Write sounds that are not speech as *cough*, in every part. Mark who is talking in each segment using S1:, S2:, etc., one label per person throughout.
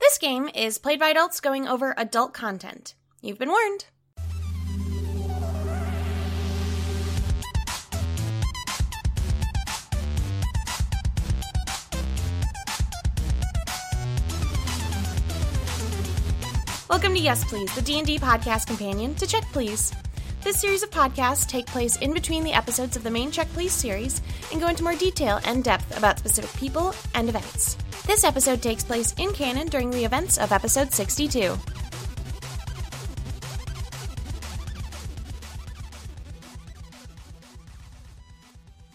S1: This game is played by adults going over adult content. You've been warned. Welcome to Yes Please, the D&D podcast companion to Check Please. This series of podcasts take place in between the episodes of the main Check Please series and go into more detail and depth about specific people and events. This episode takes place in canon during the events of episode 62.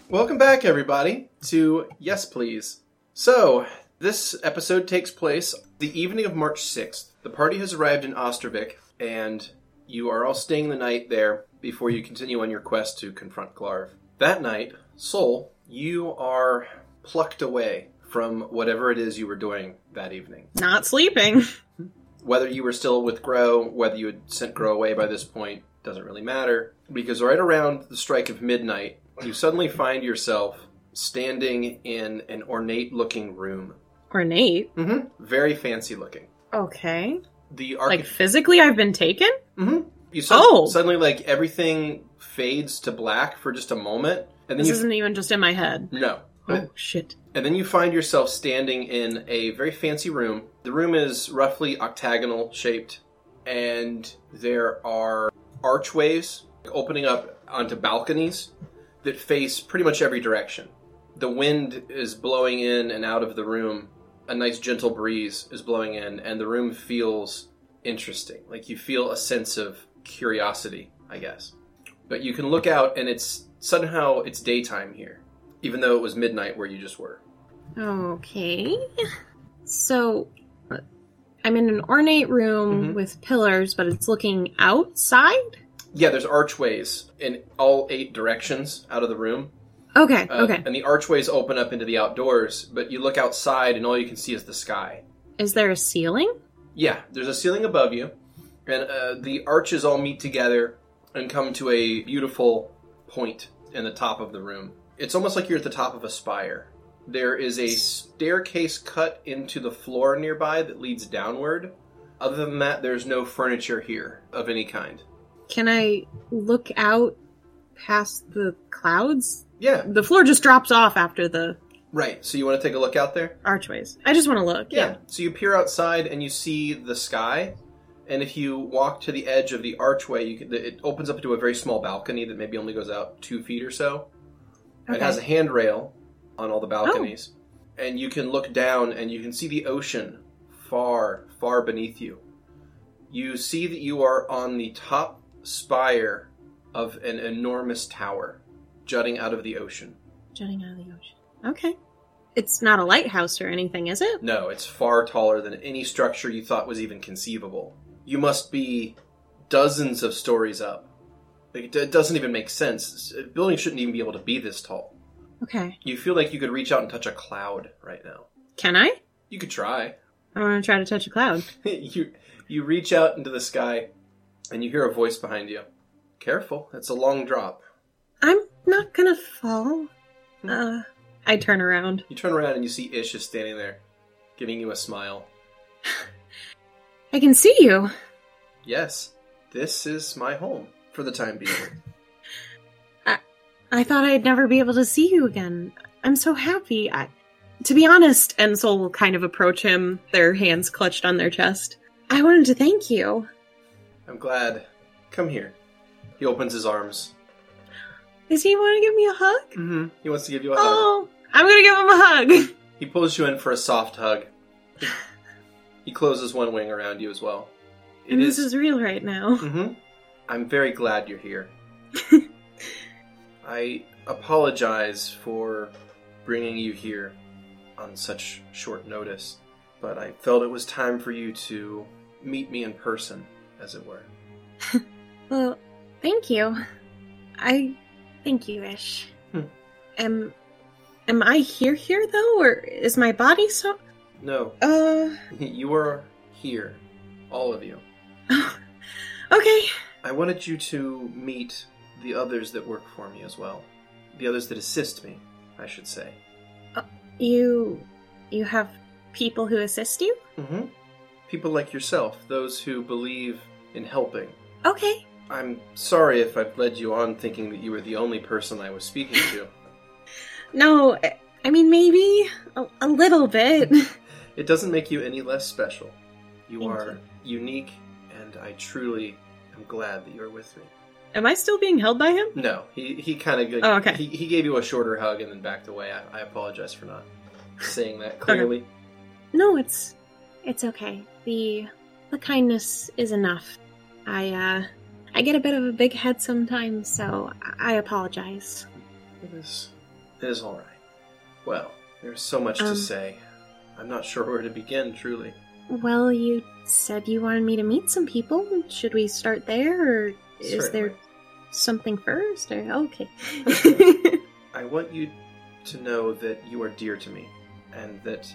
S2: Welcome back, everybody, to Yes Please. So, this episode takes place the evening of March 6th. The party has arrived in Ostrovik, and you are all staying the night there before you continue on your quest to confront Glarv. That night, Sol, you are plucked away from whatever it is you were doing that evening.
S3: Not sleeping. *laughs*
S2: Whether you were still with Grow, whether you had sent Grow away by this point, doesn't really matter. Because right around the strike of midnight, you suddenly find yourself standing in an ornate looking room.
S3: Ornate.
S2: Mm-hmm. Very fancy looking.
S3: Okay.
S2: The
S3: Like
S2: architect.
S3: physically, I've been taken?
S2: mm-hmm. You sud-
S3: Oh!
S2: suddenly, like, everything fades to black for just a moment. And then
S3: This
S2: you.
S3: isn't even just in my head.
S2: No.
S3: Oh, shit.
S2: And then you find yourself standing in a very fancy room. The room is roughly octagonal shaped, and there are archways opening up onto balconies that face pretty much every direction. The wind is blowing in and out of the room. A nice gentle breeze is blowing in, and the room feels interesting. Like you feel a sense of curiosity, I guess. But you can look out, and it's somehow it's daytime here even though it was midnight where you just were.
S3: Okay. So, uh, I'm in an ornate room
S2: Mhm.
S3: with pillars, but it's looking outside?
S2: Yeah, there's archways in all eight directions out of the room.
S3: Okay,
S2: Uh,
S3: okay.
S2: And the archways open up into the outdoors, but you look outside and all you can see is the sky.
S3: Is there a ceiling?
S2: Yeah, there's a ceiling above you, and uh, the arches all meet together and come to a beautiful point in the top of the room. It's almost like you're at the top of a spire. There is a staircase cut into the floor nearby that leads downward. Other than that, there's no furniture here of any kind.
S3: Can I look out past the clouds?
S2: Yeah,
S3: The floor just drops off after the
S2: Right. So you want to take a look out there?
S3: archways. I just want to look.
S2: So you peer outside and you see the sky, and if you walk to the edge of the archway, you can, it opens up to a very small balcony that maybe only goes out two feet or so. It
S3: Okay.
S2: has a handrail on all the balconies, and you can look down and you can see the ocean far, far beneath you. You see that you are on the top spire of an enormous tower jutting out of the ocean.
S3: Jutting out of the ocean. Okay. It's not a lighthouse or anything, is it?
S2: No, it's far taller than any structure you thought was even conceivable. You must be dozens of stories up. Like, it d- it doesn't even make sense. S- Buildings shouldn't even be able to be this tall.
S3: Okay.
S2: You feel like you could reach out and touch a cloud right now.
S3: Can I?
S2: You could try. *laughs*
S3: I want to try to touch a cloud.
S2: you you reach out into the sky, and you hear a voice behind you. Careful, it's a long drop.
S3: I'm not gonna fall. Uh, I turn around.
S2: You turn around and you see Ish is standing there, giving you a smile.
S3: I can see you.
S2: Yes, this is my home for the time being.
S3: I thought I'd never be able to see you again. I'm so happy. I, to be honest, and Sol will kind of approach him, their hands clutched on their chest. I wanted to thank you.
S2: I'm glad. Come here. He opens his arms.
S3: Does he want to give me a hug?
S2: Mm-hmm. He wants to give you a hug.
S3: Oh, I'm gonna give him a hug.
S2: He pulls you in for a soft hug. he closes one wing around you as well. It
S3: And this is real right now.
S2: Mm-hmm. I'm very glad you're
S3: *laughs*
S2: here. I apologize for bringing you here on such short notice, but I felt it was time for you to meet me in person, as it were.
S3: Well, thank you. I thank you, Ish.
S2: Hmm.
S3: Am am I here here though, or is my body so?
S2: No, *laughs*
S3: Uh,
S2: you are here. All of you.
S3: okay.
S2: I wanted you to meet the others that work for me as well. The others that assist me, I should say.
S3: You you have people who assist you.
S2: Mm-hmm. people like yourself, those who believe in helping.
S3: Okay.
S2: I'm sorry if I've led you on thinking that you were the only person I was speaking
S3: *laughs*
S2: to.
S3: No, I- I mean, maybe a, a little bit. *laughs*
S2: It doesn't make you any less special. You
S3: Thank
S2: are unique, and I truly am glad that you're with me.
S3: Am I still being held by him?
S2: No, he, he kind of
S3: Oh, okay.
S2: he, he gave you a shorter hug and then backed away. I, I apologize for not saying
S3: *laughs*
S2: that clearly.
S3: No, it's it's okay. The the kindness is enough. I uh I get a bit of a big head sometimes, so I I apologize.
S2: It is. It is all right. Well, there's so much to
S3: Um,
S2: say. I'm not sure where to begin. Truly,
S3: Well, you said you wanted me to meet some people. Should we start there or is there
S2: Certainly.
S3: something first? Or okay.
S2: I want you to know that you are dear to me, and that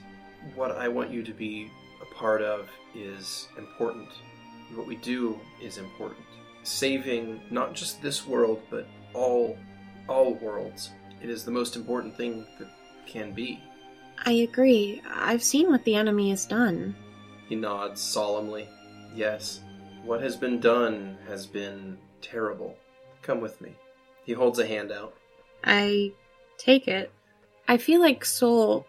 S2: what I want you to be a part of is important. What we do is important. Saving not just this world, but all all worlds. It is the most important thing that can be.
S3: I agree. I've seen what the enemy has done.
S2: He nods solemnly. Yes, what has been done has been terrible. Come with me. He holds a hand out.
S3: I take it. I feel like Soul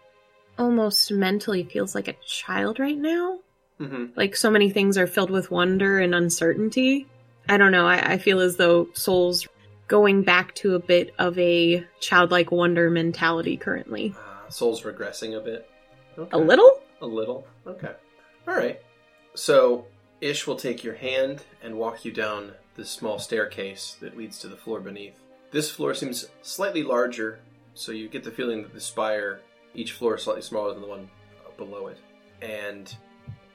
S3: almost mentally feels like a child right now.
S2: hmm
S3: like so many things are filled with wonder and uncertainty. I don't know. I, I feel as though Soul's going back to a bit of a childlike wonder mentality currently.
S2: Uh, soul's regressing a bit. Okay.
S3: A little?
S2: A little. Okay. All right. So Ish will take your hand and walk you down the small staircase that leads to the floor beneath. This floor seems slightly larger, so you get the feeling that the spire, each floor is slightly smaller than the one below it. And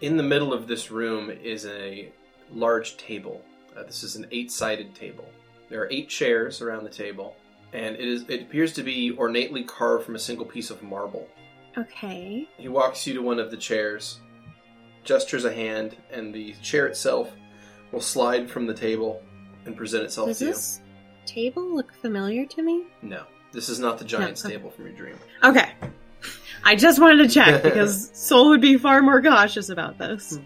S2: in the middle of this room is a large table. Uh, this is an eight-sided table. There are eight chairs around the table, and it is it appears to be ornately carved from a single piece of marble.
S3: Okay.
S2: He walks you to one of the chairs, gestures a hand, and the chair itself will slide from the table and present itself
S3: Does
S2: to
S3: this table look familiar to me?
S2: you. No, this is not the giant's
S3: okay.
S2: table from your dream.
S3: Okay. *laughs* I just wanted to check because Soul would be far more cautious about this.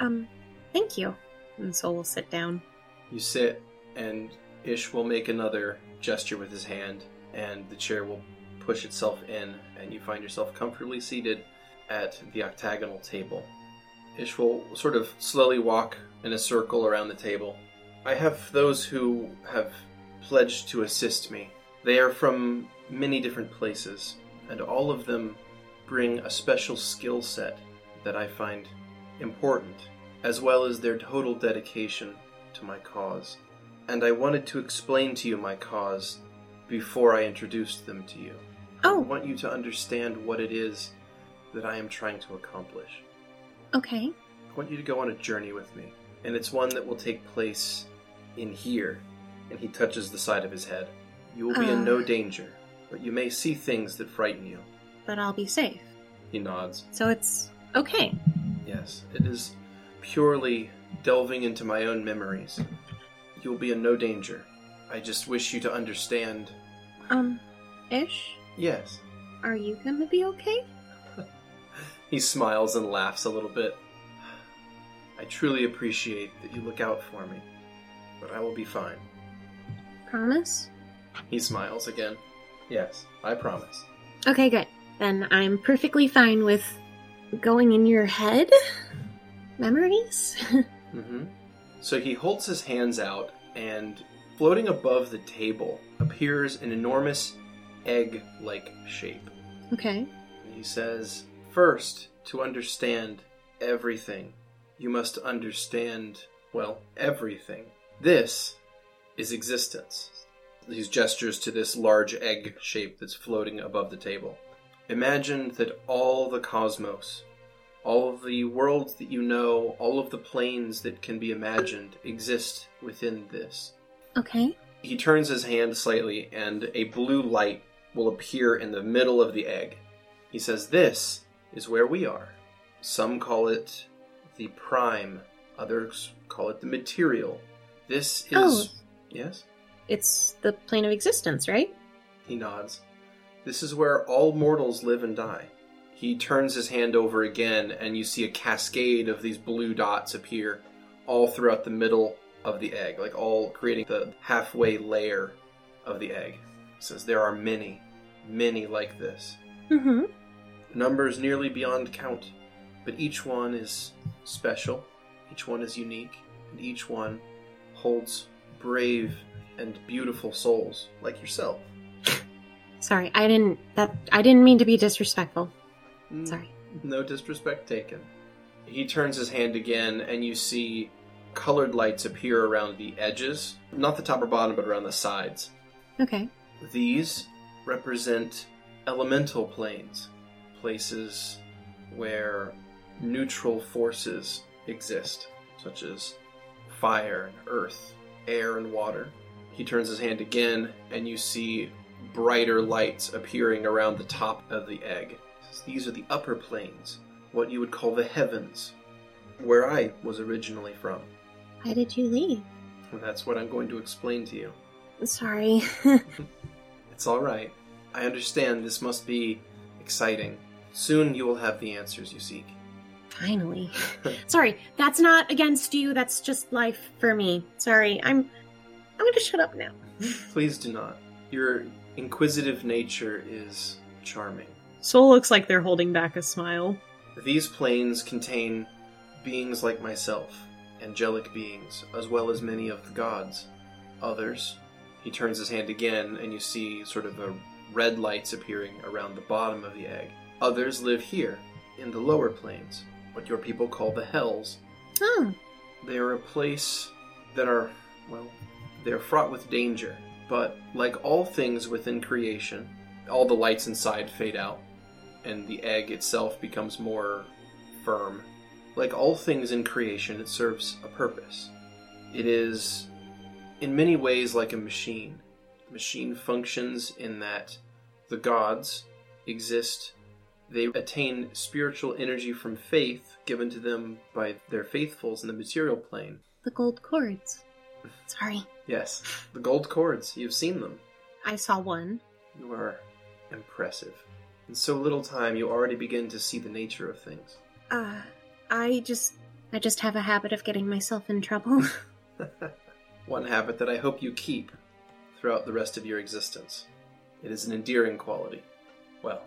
S3: Um, thank you. And Soul will sit down.
S2: You sit, and Ish will make another gesture with his hand, and the chair will push itself in, and you find yourself comfortably seated at the octagonal table. Ish will sort of slowly walk in a circle around the table. I have those who have pledged to assist me. They are from many different places, and all of them bring a special skill set that I find important, as well as their total dedication to my cause, and I wanted to explain to you my cause before I introduced them to you. I
S3: Oh,
S2: want you to understand what it is that I am trying to accomplish.
S3: okay.
S2: I want you to go on a journey with me, and it's one that will take place in here. And he touches the side of his head. You will be in no
S3: Ah.
S2: danger, but you may see things that frighten you.
S3: But I'll be safe.
S2: He nods.
S3: So it's okay.
S2: Yes, it is purely delving into my own memories. You'll be in no danger. I just wish you to understand.
S3: Um, Ish,
S2: Yes.
S3: are you gonna be okay?
S2: He smiles and laughs a little bit. I truly appreciate that you look out for me, but I will be fine.
S3: Promise?
S2: He smiles again. Yes, I promise.
S3: Okay, good. Then I'm perfectly fine with going in your head. *laughs* Memories? *laughs*
S2: Mm-hmm. So he holds his hands out, and floating above the table appears an enormous egg like shape.
S3: okay.
S2: And He says, First, to understand everything, you must understand, well, everything. This is existence. He gestures to this large egg shape that's floating above the table. Imagine that all the cosmos, all of the worlds that you know, all of the planes that can be imagined exist within this.
S3: Okay.
S2: He turns his hand slightly, and a blue light will appear in the middle of the egg. He says, This is where we are. Some call it the prime, others call it the material. This is.
S3: Oh.
S2: Yes?
S3: It's the plane of existence, right?
S2: He nods. This is where all mortals live and die. He turns his hand over again, and you see a cascade of these blue dots appear all throughout the middle of the egg, like all creating the halfway layer of the egg. It says there are many, many like this.
S3: Mm-hmm.
S2: Numbers nearly beyond count, but each one is special, each one is unique, and each one holds brave and beautiful souls like yourself.
S3: Sorry, I didn't. That I didn't mean to be disrespectful.
S2: Mm,
S3: Sorry.
S2: No disrespect taken. He turns his hand again, and you see colored lights appear around the edges, not the top or bottom, but around the sides.
S3: Okay.
S2: These represent elemental planes, places where neutral forces exist, such as fire and earth, air and water. He turns his hand again, and you see brighter lights appearing around the top of the egg. These are the upper planes, what you would call the heavens, where I was originally from.
S3: Why did you leave?
S2: And that's what I'm going to explain to you.
S3: Sorry. *laughs*
S2: It's all right. I understand this must be exciting. Soon you will have the answers you seek.
S3: *laughs* Finally. Sorry, that's not against you. That's just life for me. Sorry, I'm. I'm gonna shut up now.
S2: Please do not. Your inquisitive nature is charming.
S3: Soul looks like they're holding back a smile.
S2: These planes contain beings like myself, angelic beings, as well as many of the gods. Others. He turns his hand again, and you see sort of a red lights appearing around the bottom of the egg. Others live here, in the lower planes, what your people call the hells.
S3: Oh,
S2: They are a place that are, well, they are fraught with danger. But like all things within creation, all the lights inside fade out, and the egg itself becomes more firm. Like all things in creation, it serves a purpose. It is, in many ways, like a machine. The machine functions in that the gods exist. They attain spiritual energy from faith given to them by their faithfuls in the material plane.
S3: the gold cords. Sorry,
S2: Yes, the gold cords. You've seen them.
S3: I saw one.
S2: You are impressive. In so little time, you already begin to see the nature of things.
S3: Uh, I just. I just have a habit of getting myself in *laughs* trouble.
S2: One habit that I hope you keep throughout the rest of your existence. It is an endearing quality. Well,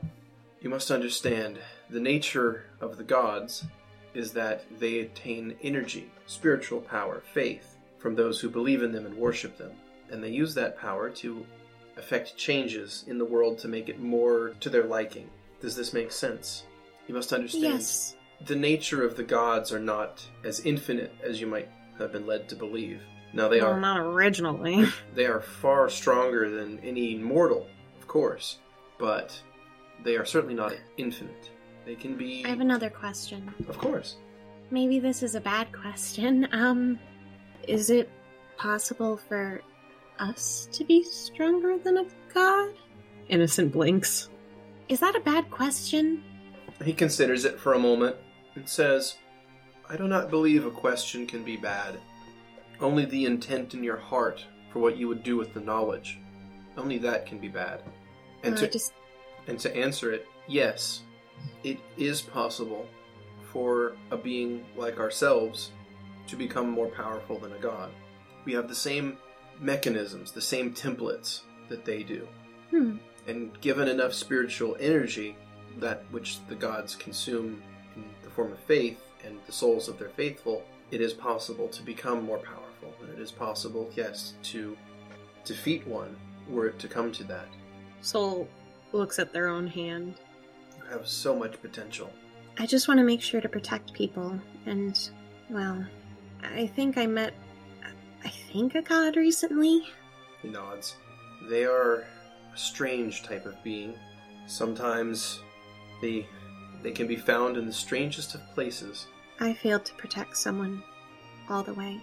S2: you must understand the nature of the gods is that they attain energy, spiritual power, faith from those who believe in them and worship them, and they use that power to effect changes in the world to make it more to their liking. Does this make sense? You must understand
S3: yes.
S2: the nature of the gods are not as infinite as you might have been led to believe. Now they
S3: well,
S2: are
S3: not *laughs* originally.
S2: they are far stronger than any mortal, of course, but they are certainly not infinite. They can be
S3: I have another question.
S2: Of course.
S3: Maybe this is a bad question. Um, is it possible for us to be stronger than a god? Innocent blinks. Is that a bad question?
S2: He considers it for a moment and says, I do not believe a question can be bad. Only the intent in your heart for what you would do with the knowledge. Only that can be bad.
S3: Uh,
S2: to-
S3: just
S2: And to answer it, yes, it is possible for a being like ourselves to become more powerful than a god. We have the same mechanisms, the same templates that they do.
S3: hmm.
S2: And given enough spiritual energy, that which the gods consume in the form of faith and the souls of their faithful, it is possible to become more powerful. And it is possible, yes, to defeat one were it to come to that.
S3: Soul looks at their own hand.
S2: You have so much potential.
S3: I just want to make sure to protect people, and well, I think I met, I think a god recently.
S2: He nods. They are a strange type of being. Sometimes they they can be found in the strangest of places.
S3: I failed to protect someone all the way.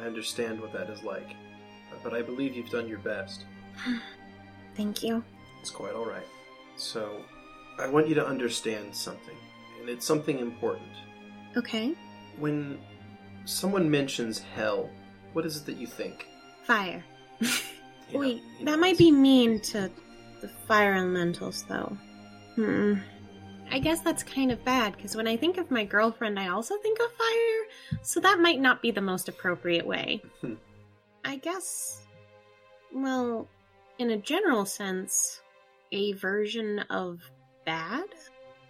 S2: I understand what that is like, but I believe you've done your best.
S3: Thank you.
S2: It's quite all right. So, I want you to understand something, and it's something important.
S3: Okay.
S2: When someone mentions hell, what is it that you think?
S3: Fire.
S2: He
S3: Wait,
S2: nod- he
S3: that
S2: nods.
S3: might be mean to the fire elementals, though. Hmm. I guess that's kind of bad because when I think of my girlfriend, I also think of fire, so that might not be the most appropriate way.
S2: Hmm.
S3: I guess, well, in a general sense, a version of bad?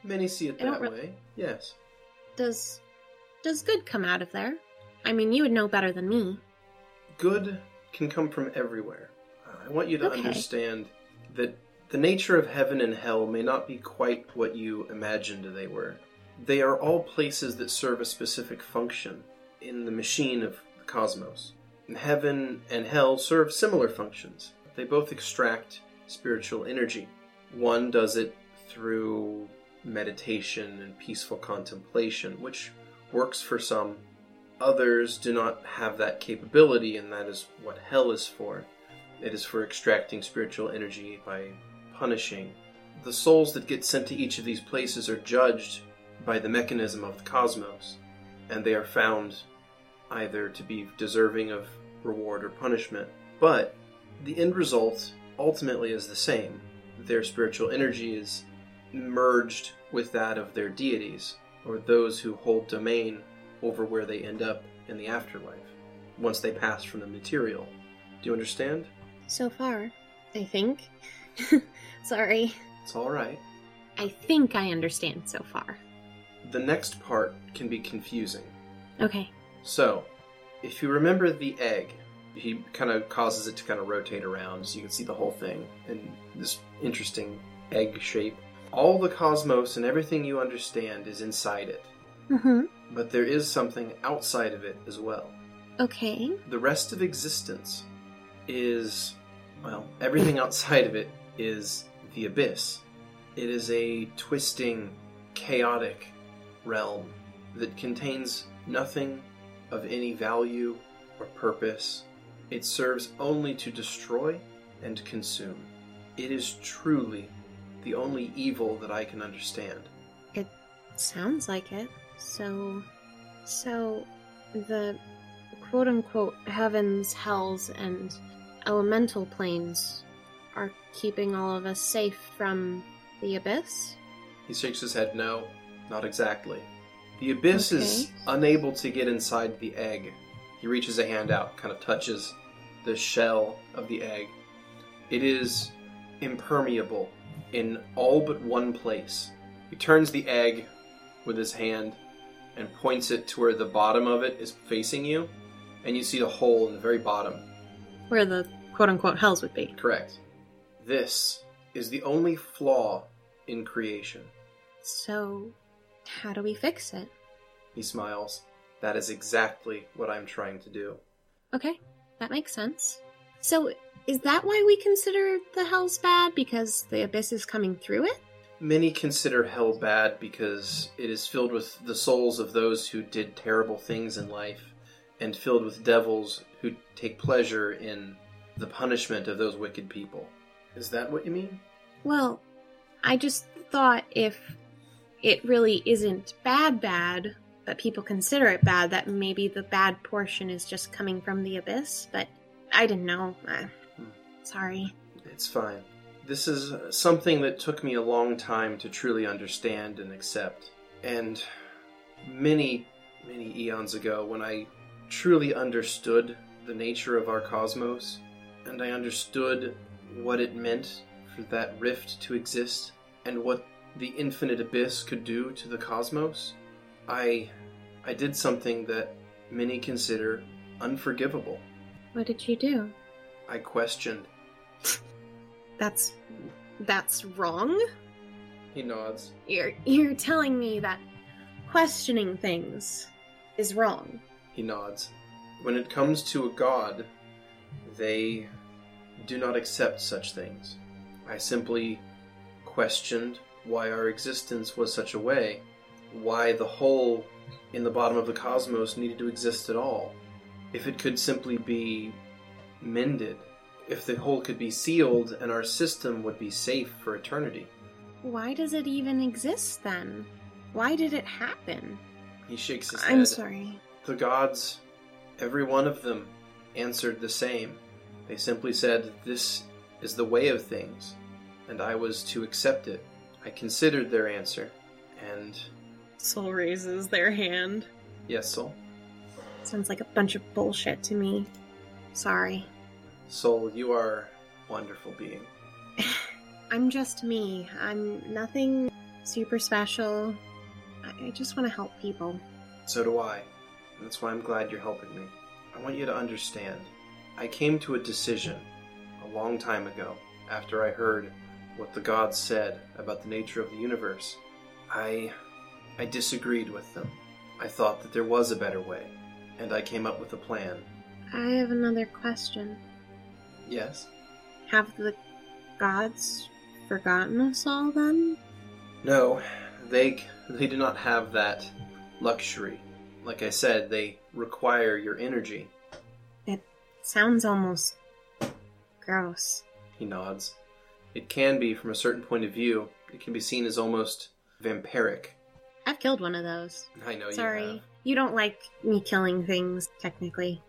S2: Many see it
S3: I
S2: that
S3: don't re-
S2: way. Yes.
S3: Does does good come out of there? I mean, you would know better than me.
S2: Good can come from everywhere. I want you to
S3: Okay.
S2: understand that the nature of heaven and hell may not be quite what you imagined they were. They are all places that serve a specific function in the machine of the cosmos. And heaven and hell serve similar functions. They both extract spiritual energy. One does it through meditation and peaceful contemplation, which works for some. Others do not have that capability, and that is what hell is for. It is for extracting spiritual energy by punishing. The souls that get sent to each of these places are judged by the mechanism of the cosmos, and they are found either to be deserving of reward or punishment. But the end result ultimately is the same. Their spiritual energy is merged with that of their deities, or those who hold domain over where they end up in the afterlife once they pass from the material. Do you understand?
S3: So far, I think. *laughs* Sorry.
S2: It's all right.
S3: I think I understand so far.
S2: The next part can be confusing.
S3: Okay.
S2: So, if you remember the egg, he kind of causes it to kind of rotate around so you can see the whole thing in this interesting egg shape. All the cosmos and everything you understand is inside it,
S3: Mm-hmm.
S2: but there is something outside of it as well.
S3: Okay.
S2: The rest of existence is, well, everything outside of it is the abyss. It is a twisting, chaotic realm that contains nothing of any value or purpose. It serves only to destroy and consume. It is truly the only evil that I can understand.
S3: Sounds like it. So, so the quote unquote heavens, hells, and elemental planes are keeping all of us safe from the abyss?
S2: He shakes his head, no, not exactly. The abyss is
S3: Okay.
S2: unable to get inside the egg. He reaches a hand out, kind of touches the shell of the egg. It is impermeable in all but one place. He turns the egg with his hand and points it to where the bottom of it is facing you, and you see a hole in the very bottom.
S3: Where the quote unquote hells would be.
S2: Correct. This is the only flaw in creation.
S3: So, how do we fix it?
S2: He smiles. That is exactly what I'm trying to do.
S3: Okay, that makes sense. So, is that why we consider the hells bad? Because the abyss is coming through it?
S2: Many consider hell bad because it is filled with the souls of those who did terrible things in life and filled with devils who take pleasure in the punishment of those wicked people. Is that what you mean?
S3: Well, I just thought if it really isn't bad, bad, but people consider it bad, that maybe the bad portion is just coming from the abyss, but I didn't know. Uh,
S2: Hmm.
S3: sorry.
S2: It's fine. This is something that took me a long time to truly understand and accept. And many, many eons ago, when I truly understood the nature of our cosmos, and I understood what it meant for that rift to exist, and what the infinite abyss could do to the cosmos, I, I did something that many consider unforgivable.
S3: What did you do?
S2: I questioned.
S3: That's that's wrong.
S2: He nods.
S3: You're you're telling me that questioning things is wrong.
S2: He nods. When it comes to a god, they do not accept such things. I simply questioned why our existence was such a way, why the hole in the bottom of the cosmos needed to exist at all. If it could simply be mended, if the hole could be sealed and our system would be safe for eternity.
S3: Why does it even exist then? Why did it happen?
S2: He shakes his head.
S3: I'm sorry.
S2: The gods, every one of them, answered the same. They simply said, This is the way of things, and I was to accept it. I considered their answer, And
S3: Soul raises their hand.
S2: yes, Soul.
S3: Sounds like a bunch of bullshit to me. Sorry.
S2: Soul, you are a wonderful being.
S3: I'm just me. I'm nothing super special. I, I just want to help people.
S2: So do I. And that's why I'm glad you're helping me. I want you to understand. I came to a decision a long time ago after I heard what the gods said about the nature of the universe. I I disagreed with them. I thought that there was a better way, and I came up with a plan.
S3: I have another question.
S2: Yes?
S3: Have the gods forgotten us all then?
S2: No, they they do not have that luxury. Like I said, they require your energy.
S3: Sounds almost gross.
S2: He nods. It can be, from a certain point of view, it can be seen as almost vampiric.
S3: I've killed one of those.
S2: I know
S3: Sorry.
S2: you have.
S3: You don't like me killing things, technically.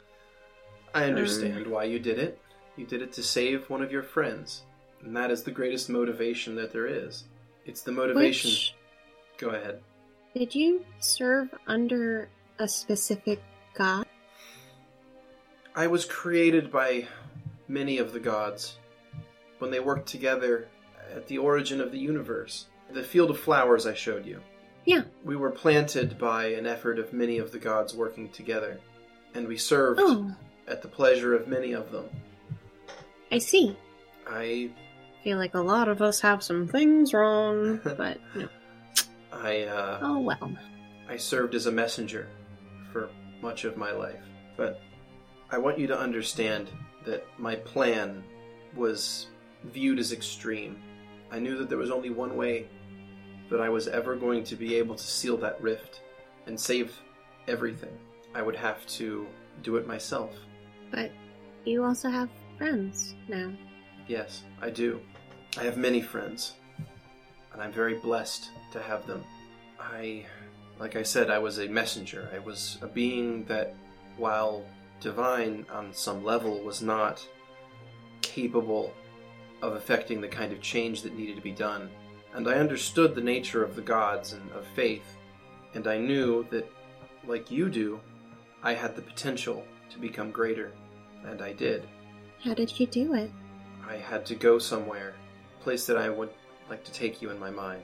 S2: I understand why you did it. You did it to save one of your friends. And that is the greatest motivation that there is. It's the motivation.
S3: Which,
S2: Go ahead.
S3: did you serve under a specific god?
S2: I was created by many of the gods when they worked together at the origin of the universe. The field of flowers I showed you.
S3: Yeah.
S2: We were planted by an effort of many of the gods working together, and we served
S3: Oh,
S2: at the pleasure of many of them.
S3: I see.
S2: I
S3: feel like a lot of us have some things wrong, but no.
S2: I uh
S3: oh well.
S2: I served as a messenger for much of my life. But I want you to understand that my plan was viewed as extreme. I knew that there was only one way that I was ever going to be able to seal that rift and save everything. I would have to do it myself.
S3: But you also have friends now.
S2: Yes, I do. I have many friends, and I'm very blessed to have them. I, like I said, I was a messenger. I was a being that, while divine on some level, was not capable of effecting the kind of change that needed to be done. And I understood the nature of the gods and of faith, and I knew that, like you do, I had the potential to become greater, and I did.
S3: How did you do it?
S2: I had to go somewhere, a place that I would like to take you in my mind.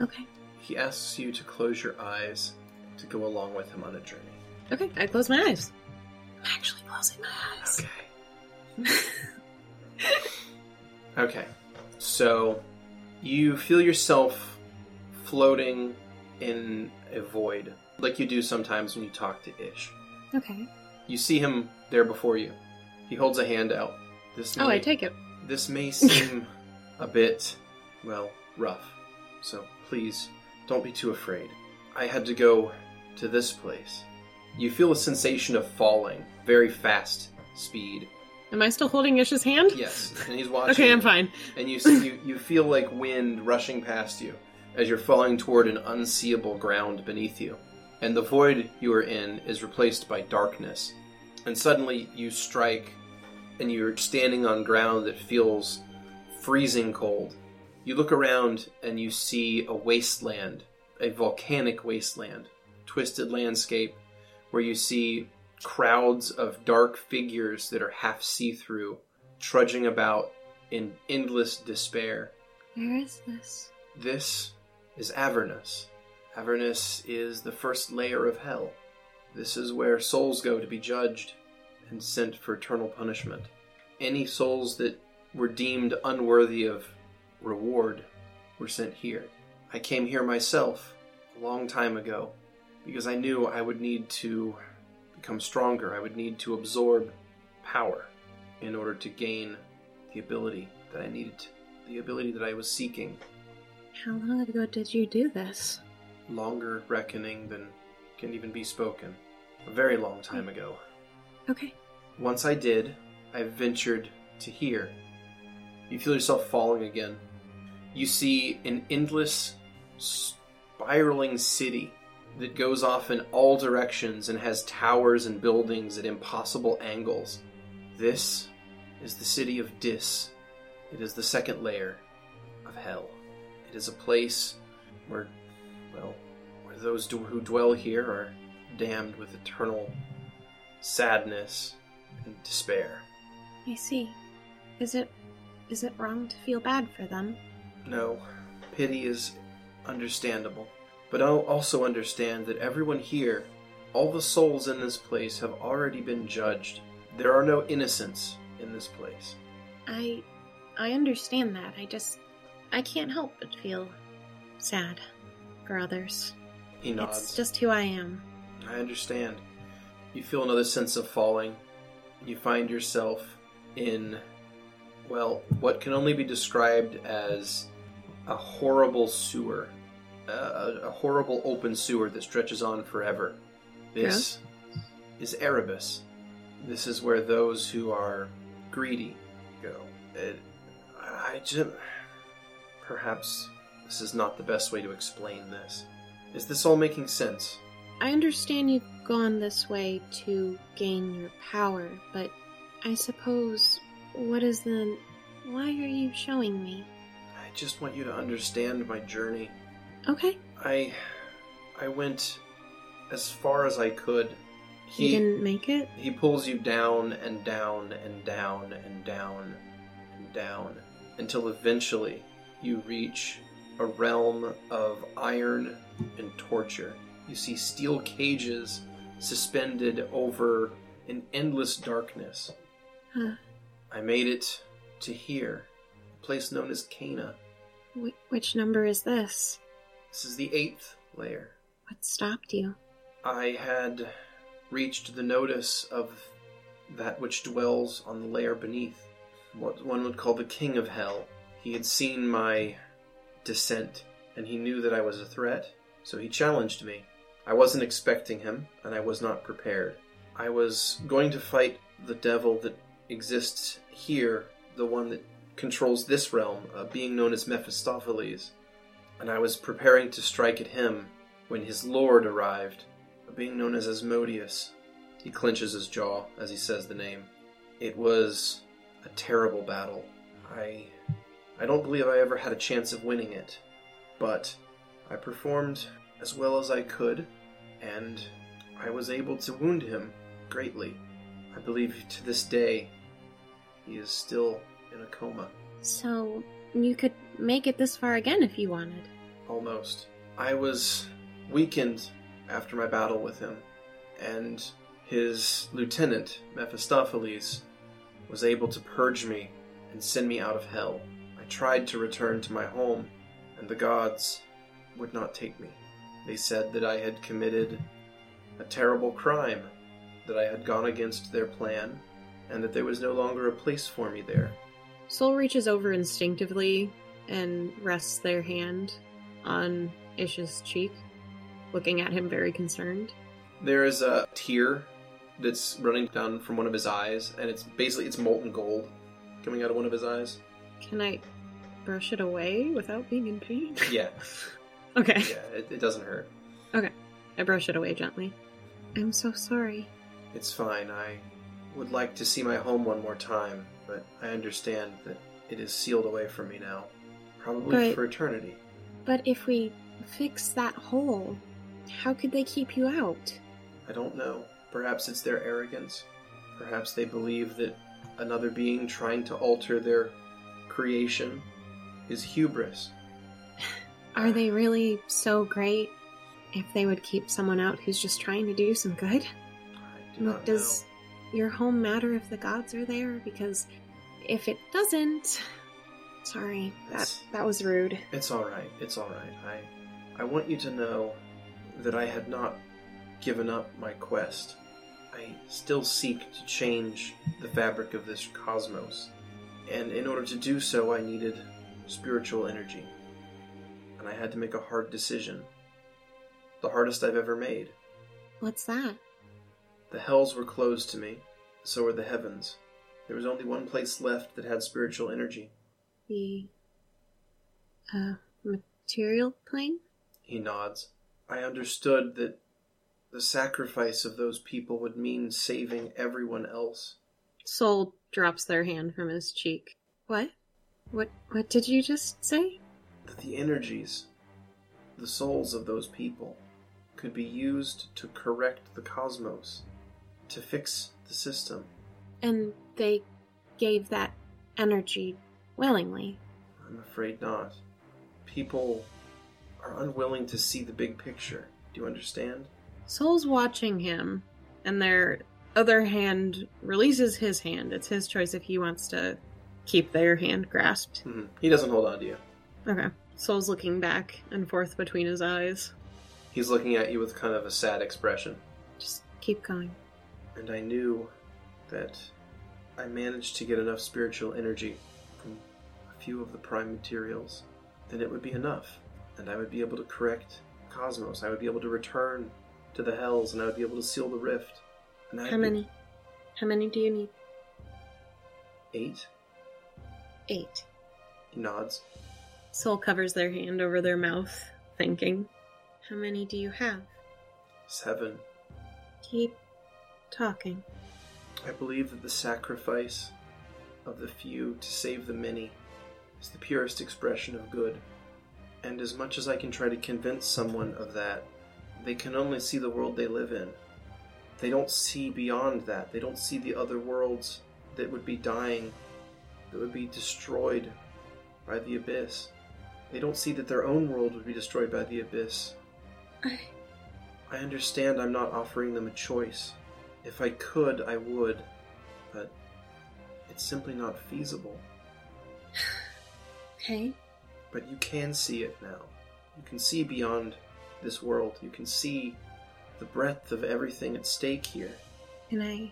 S3: Okay.
S2: He asks you to close your eyes to go along with him on a journey.
S3: Okay, I close my eyes. I'm actually closing my eyes.
S2: Okay. okay. So you feel yourself floating in a void, like you do sometimes when you talk to Ish.
S3: Okay.
S2: You see him there before you. He holds a hand out. This
S3: Oh, I
S2: may-
S3: take it.
S2: This may seem a bit, well, rough, so please don't be too afraid. I had to go to this place. You feel a sensation of falling, very fast speed.
S3: Am I still holding Ish's hand?
S2: Yes, and he's watching.
S3: Okay, I'm
S2: you,
S3: fine.
S2: And you, see, you you feel like wind rushing past you as you're falling toward an unseeable ground beneath you. And the void you are in is replaced by darkness. And suddenly you strike and you're standing on ground that feels freezing cold. You look around and you see a wasteland, a volcanic wasteland, twisted landscape where you see crowds of dark figures that are half see through trudging about in endless despair.
S3: Where is this?
S2: This is Avernus. Avernus is the first layer of hell. This is where souls go to be judged and sent for eternal punishment. Any souls that were deemed unworthy of reward were sent here. I came here myself a long time ago because I knew I would need to become stronger. I would need to absorb power in order to gain the ability that I needed, the ability that I was seeking
S3: How long ago did you do this?
S2: longer reckoning than can even be spoken. A very long time ago.
S3: Okay.
S2: Once I did, I ventured to here. You feel yourself falling again. You see an endless, spiraling city that goes off in all directions and has towers and buildings at impossible angles. This is the city of Dis. It is the second layer of hell. It is a place where Well, where those do- who dwell here are damned with eternal sadness and despair.
S3: I see. Is it is it wrong to feel bad for them?
S2: No, pity is understandable. But I'll also understand that everyone here, all the souls in this place, have already been judged. There are no innocents in this place.
S3: I I understand that. I just I can't help but feel sad for others.
S2: He nods.
S3: It's just who I am.
S2: I understand. You feel another sense of falling. You find yourself in, well, what can only be described as a horrible sewer. A, a- a horrible open sewer that stretches on forever. This is Erebus. This is where those who are greedy go. It, I just. Perhaps this is not the best way to explain this. Is this all making sense?
S3: I understand you've gone this way to gain your power, but I suppose what is the why are you showing me?
S2: I just want you to understand my journey.
S3: Okay.
S2: I I went as far as I could.
S3: He,
S2: He
S3: didn't make it?
S2: he pulls you down and down and down and down and down until eventually you reach a realm of iron and torture. You see steel cages suspended over an endless darkness.
S3: Huh.
S2: I made it to here, a place known as Cana.
S3: Wh- which number is this?
S2: This is the eighth layer.
S3: What stopped you?
S2: I had reached the notice of that which dwells on the layer beneath, what one would call the king of hell. He had seen my descent, and he knew that I was a threat, so he challenged me. I wasn't expecting him, and I was not prepared. I was going to fight the devil that exists here, the one that controls this realm, uh, being known as Mephistopheles, and I was preparing to strike at him when his lord arrived, being known as Asmodeus. He clenches his jaw as he says the name. It was a terrible battle. I I don't believe I ever had a chance of winning it, but I performed as well as I could and I was able to wound him greatly. I believe to this day he is still in a coma.
S3: So you could make it this far again if you wanted.
S2: Almost. I was weakened after my battle with him, and his lieutenant, Mephistopheles, was able to purge me and send me out of hell. I tried to return to my home, and the gods would not take me. They said that I had committed a terrible crime, that I had gone against their plan, and that there was no longer a place for me there.
S3: Soul reaches over instinctively and rests their hand on Ish's cheek, looking at him very concerned.
S2: There is a tear that's running down from one of his eyes, and it's basically it's molten gold coming out of one of his eyes.
S3: Can I brush it away without being in pain? *laughs*
S2: Yeah,
S3: okay.
S2: yeah, it, it doesn't hurt.
S3: I brush it away gently. I'm so sorry.
S2: It's fine. I would like to see my home one more time, but I understand that it is sealed away from me now, probably
S3: Right.
S2: for eternity.
S3: But if we fix that hole, how could they keep you out?
S2: I don't know. Perhaps it's their arrogance. Perhaps they believe that another being trying to alter their creation is hubris.
S3: Are they really so great if they would keep someone out who's just trying to do some good?
S2: I do
S3: Look,
S2: not
S3: does
S2: know.
S3: your home matter if the gods are there? Because if it doesn't, sorry, that
S2: That's-
S3: that was rude.
S2: It's all right. It's all right. I I want you to know that I had not given up my quest. I still seek to change the fabric of this cosmos. And in order to do so, I needed spiritual energy. And I had to make a hard decision. The hardest I've ever made.
S3: What's that?
S2: The hells were closed to me, so were the heavens. There was only one place left that had spiritual energy.
S3: The uh, material plane?
S2: He nods. I understood that the sacrifice of those people would mean saving everyone else.
S3: Soul drops their hand from his cheek. What? What? What did you just say?
S2: That the energies, the souls of those people could be used to correct the cosmos, to fix the system.
S3: And they gave that energy willingly.
S2: I'm afraid not. People are unwilling to see the big picture. Do you understand?
S3: Soul's watching him, and their other hand releases his hand. It's his choice if he wants to keep their hand grasped.
S2: Mhm. He doesn't hold on to you.
S3: Okay. Soul's looking back and forth between his eyes.
S2: He's looking at you with kind of a sad expression.
S3: Just keep going.
S2: and I knew that I managed to get enough spiritual energy from a few of the prime materials, then it would be enough, and I would be able to correct cosmos. I would be able to return to the hells, and I would be able to seal the rift. And I'd
S3: How
S2: be-
S3: many? How many do you need?
S2: Eight.
S3: Eight.
S2: He nods.
S3: Soul covers their hand over their mouth, thinking. How many do you have?
S2: Seven.
S3: Keep talking.
S2: I believe that the sacrifice of the few to save the many is the purest expression of good. And as much as I can try to convince someone of that, they can only see the world they live in. They don't see beyond that. They don't see the other worlds that would be dying, that would be destroyed by the abyss. They don't see that their own world would be destroyed by the abyss.
S3: I
S2: I understand I'm not offering them a choice. If I could, I would, but it's simply not feasible.
S3: Okay.
S2: But you can see it now. You can see beyond this world. You can see the breadth of everything at stake here.
S3: And I.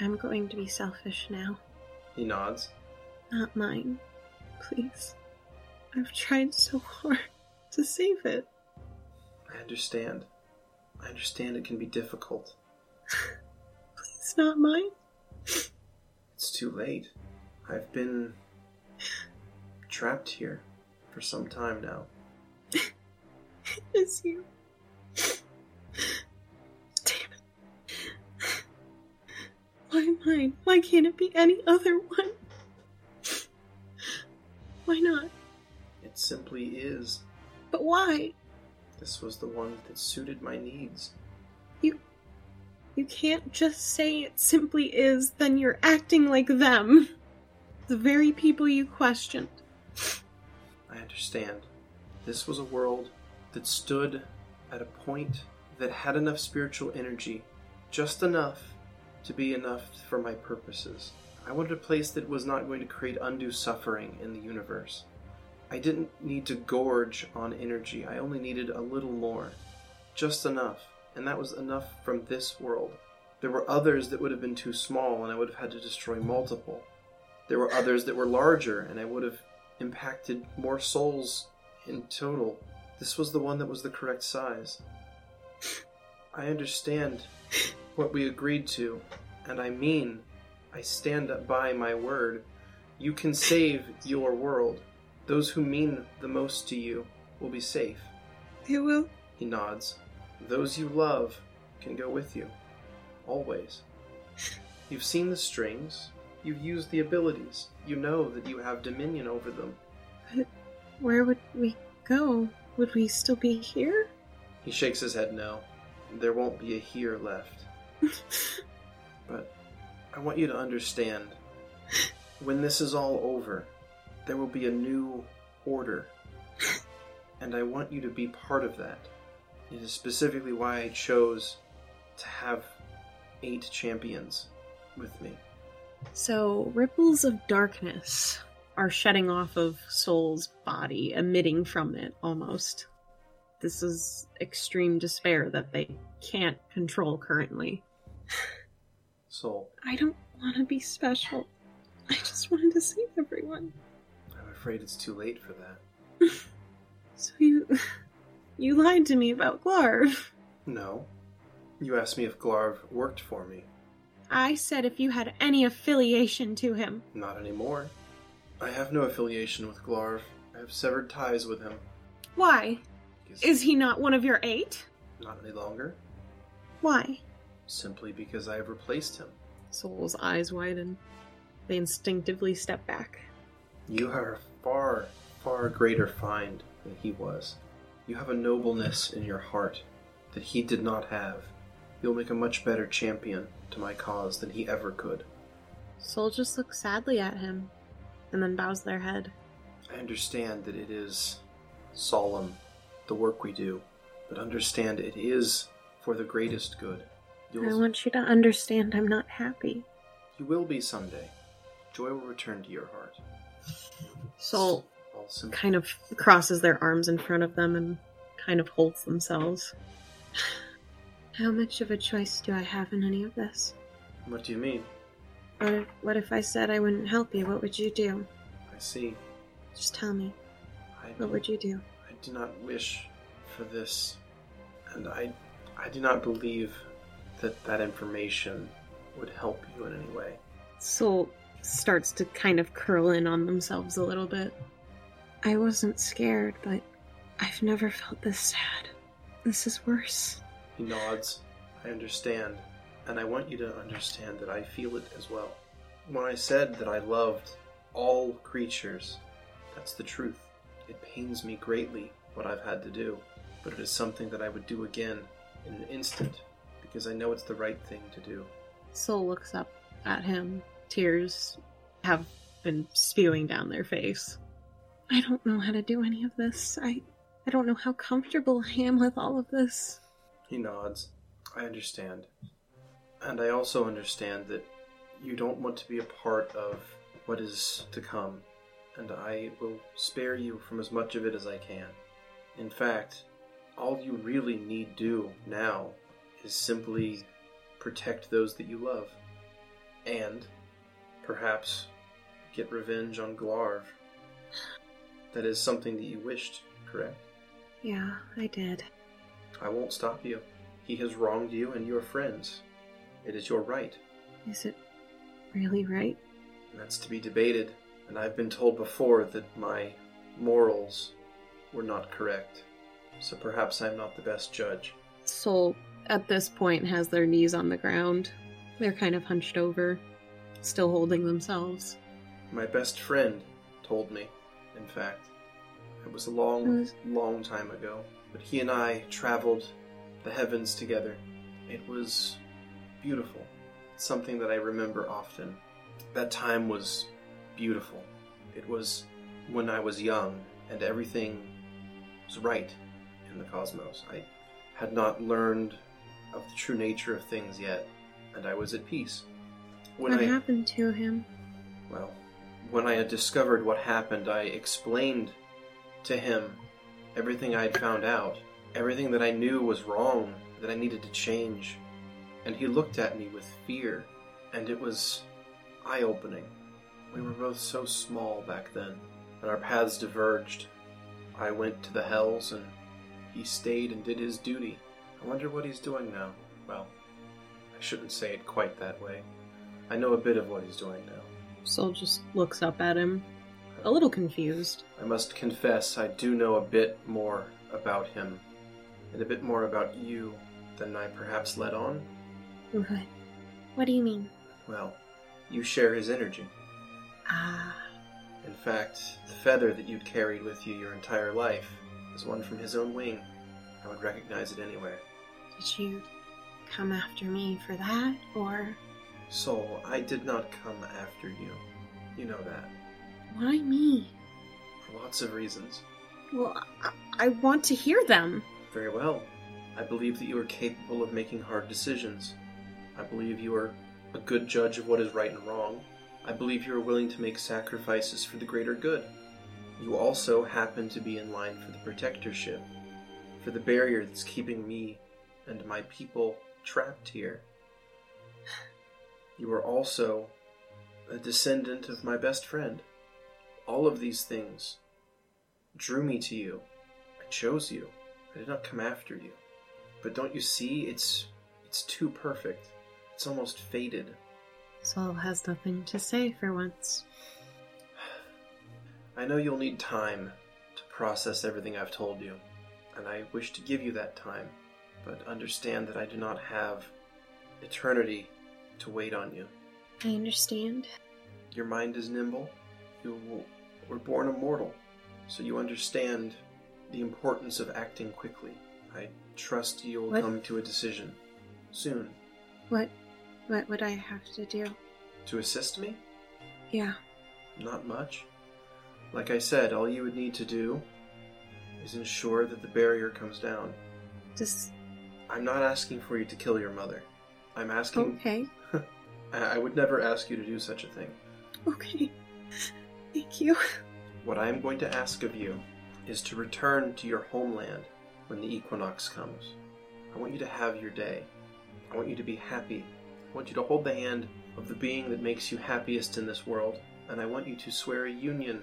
S3: I'm going to be selfish now.
S2: He nods.
S3: Not mine. Please. I've tried so hard to save it.
S2: I understand. I understand it can be difficult.
S3: Please, not mine.
S2: It's too late. I've been trapped here for some time now.
S3: It's you. Damn it. Why mine? Why can't it be any other one? Why not?
S2: It simply is.
S3: But why?
S2: This was the one that suited my needs.
S3: You can't just say it simply is, then you're acting like them. The very people you questioned.
S2: I understand. This was a world that stood at a point that had enough spiritual energy, just enough to be enough for my purposes. I wanted a place that was not going to create undue suffering in the universe. I didn't need to gorge on energy, I only needed a little more. Just enough. And that was enough from this world. There were others that would have been too small, and I would have had to destroy multiple. There were others that were larger, and I would have impacted more souls in total. This was the one that was the correct size. I understand what we agreed to, and I mean, I stand up by my word. You can save your world. Those who mean the most to you will be safe.
S3: They will.
S2: He nods. Those you love can go with you. Always. You've seen the strings. You've used the abilities. You know that you have dominion over them.
S3: Where would we go? Would we still be here?
S2: He shakes his head no. There won't be a here left. But I want you to understand when this is all over, there will be a new order. And I want you to be part of that. It is specifically why I chose to have eight champions with me.
S3: So, ripples of darkness are shedding off of Soul's body, emitting from it almost. This is extreme despair that they can't control currently.
S2: Soul,
S3: I don't want to be special. I just wanted to save everyone.
S2: I'm afraid it's too late for that.
S3: So you *laughs* you lied to me about Glarv.
S2: No. You asked me if Glarv worked for me.
S3: I said if you had any affiliation to him.
S2: Not anymore. I have no affiliation with Glarv. I have severed ties with him.
S3: Why?
S2: Because-
S3: Is he not one of your eight?
S2: Not any longer.
S3: Why?
S2: Simply because I have replaced him.
S3: Soul's eyes widen. They instinctively step back.
S2: You are a far, far greater find than he was. You have a nobleness in your heart that he did not have. You'll make a much better champion to my cause than he ever could.
S3: Soul just looks sadly at him and then bows their head.
S2: I understand that it is solemn, the work we do, but understand it is for the greatest good.
S3: I
S2: You'll,
S3: want you to understand I'm not happy.
S2: you will be someday. Joy will return to your heart.
S3: Soul
S2: All simple.
S3: kind of crosses their arms in front of them and kind of holds themselves. *sighs* How much of a choice do I have in any of this?
S2: What do you mean?
S3: What if, what if I said I wouldn't help you? What would you do?
S2: I see.
S3: Just tell me.
S2: I,
S3: What would you do?
S2: I do not wish for this, and I, I do not believe that that information would help you in any way.
S3: Soul starts to kind of curl in on themselves a little bit. I wasn't scared, but I've never felt this sad. This is worse.
S2: He nods. I understand, and I want you to understand that I feel it as well. When I said that I loved all creatures, that's the truth. It pains me greatly what I've had to do, but it is something that I would do again in an instant because I know it's the right thing to do.
S3: Soul looks up at him. Tears have been spewing down their face. I don't know how to do any of this. I I don't know how comfortable I am with all of this.
S2: He nods. I understand. And I also understand that you don't want to be a part of what is to come, and I will spare you from as much of it as I can. In fact, all you really need do now is simply protect those that you love, and perhaps get revenge on Glarv. That is something that you wished, correct?
S3: Yeah, I did.
S2: I won't stop you. He has wronged you and your friends. It is your right,
S3: Is it really right?
S2: and that's to be debated. And I've been told before that my morals were not correct, so perhaps I'm not the best judge.
S3: Soul at this point has their knees on the ground. They're kind of hunched over, still holding themselves.
S2: My best friend told me, in fact. It was a
S3: Mm.
S2: long, long time ago, but he and I traveled the heavens together. It was beautiful. Something that I remember often. That time was beautiful. It was when I was young and everything was right in the cosmos. I had not learned of the true nature of things yet, and I was at peace. When
S3: what
S2: I
S3: happened to him?
S2: well, when I had discovered what happened, I explained to him everything I had found out, everything that I knew was wrong, that I needed to change. And he looked at me with fear, and it was eye opening. We were both so small back then, and our paths diverged. I went to the hells, and he stayed and did his duty. I wonder what he's doing now. Well, I shouldn't say it quite that way. I know a bit of what he's doing now.
S3: Soul just looks up at him, a little confused.
S2: I must confess, I do know a bit more about him, and a bit more about you than I perhaps let on.
S3: What? What do you mean?
S2: Well, you share his energy.
S3: Ah.
S2: In fact, the feather that you'd carried with you your entire life is one from his own wing. I would recognize it anywhere.
S3: Did you come after me for that, or
S2: Soul, I did not come after you. You know that.
S3: why me?
S2: For lots of reasons.
S3: Well, I, I want to hear them.
S2: Very well. I believe that you are capable of making hard decisions. I believe you are a good judge of what is right and wrong. I believe you are willing to make sacrifices for the greater good. You also happen to be in line for the protectorship, for the barrier that's keeping me and my people trapped here. You are also a descendant of my best friend. All of these things drew me to you. I chose you. I did not come after you. But don't you see? It's it's too perfect. It's almost faded.
S3: Saul has nothing to say for once.
S2: I know you'll need time to process everything I've told you, and I wish to give you that time, but understand that I do not have eternity to wait on you.
S3: I understand.
S2: Your mind is nimble. You were born immortal, so you understand the importance of acting quickly. I trust you'll
S3: What?
S2: come to a decision soon.
S3: What what would I have to do?
S2: To assist me?
S3: Yeah.
S2: Not much. Like I said, all you would need to do is ensure that the barrier comes down.
S3: Just
S2: I'm not asking for you to kill your mother. I'm asking.
S3: okay.
S2: I I would never ask you to do such a thing.
S3: Okay. Thank you.
S2: What I am going to ask of you is to return to your homeland when the equinox comes. I want you to have your day. I want you to be happy. I want you to hold the hand of the being that makes you happiest in this world, and I want you to swear a union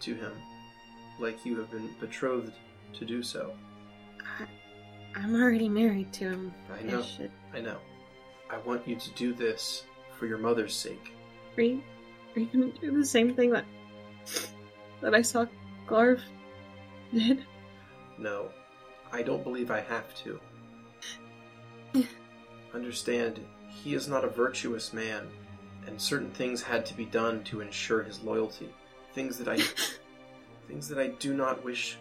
S2: to him, like you have been betrothed to do so.
S3: I, I'm already married to him.
S2: I know.
S3: should
S2: I know. I want you to do this for your mother's sake.
S3: Are you, are you gonna do the same thing that that I saw Glarv did?
S2: No, I don't believe I have to. Understand, he is not a virtuous man, and certain things had to be done to ensure his loyalty. Things that I things that I do not wish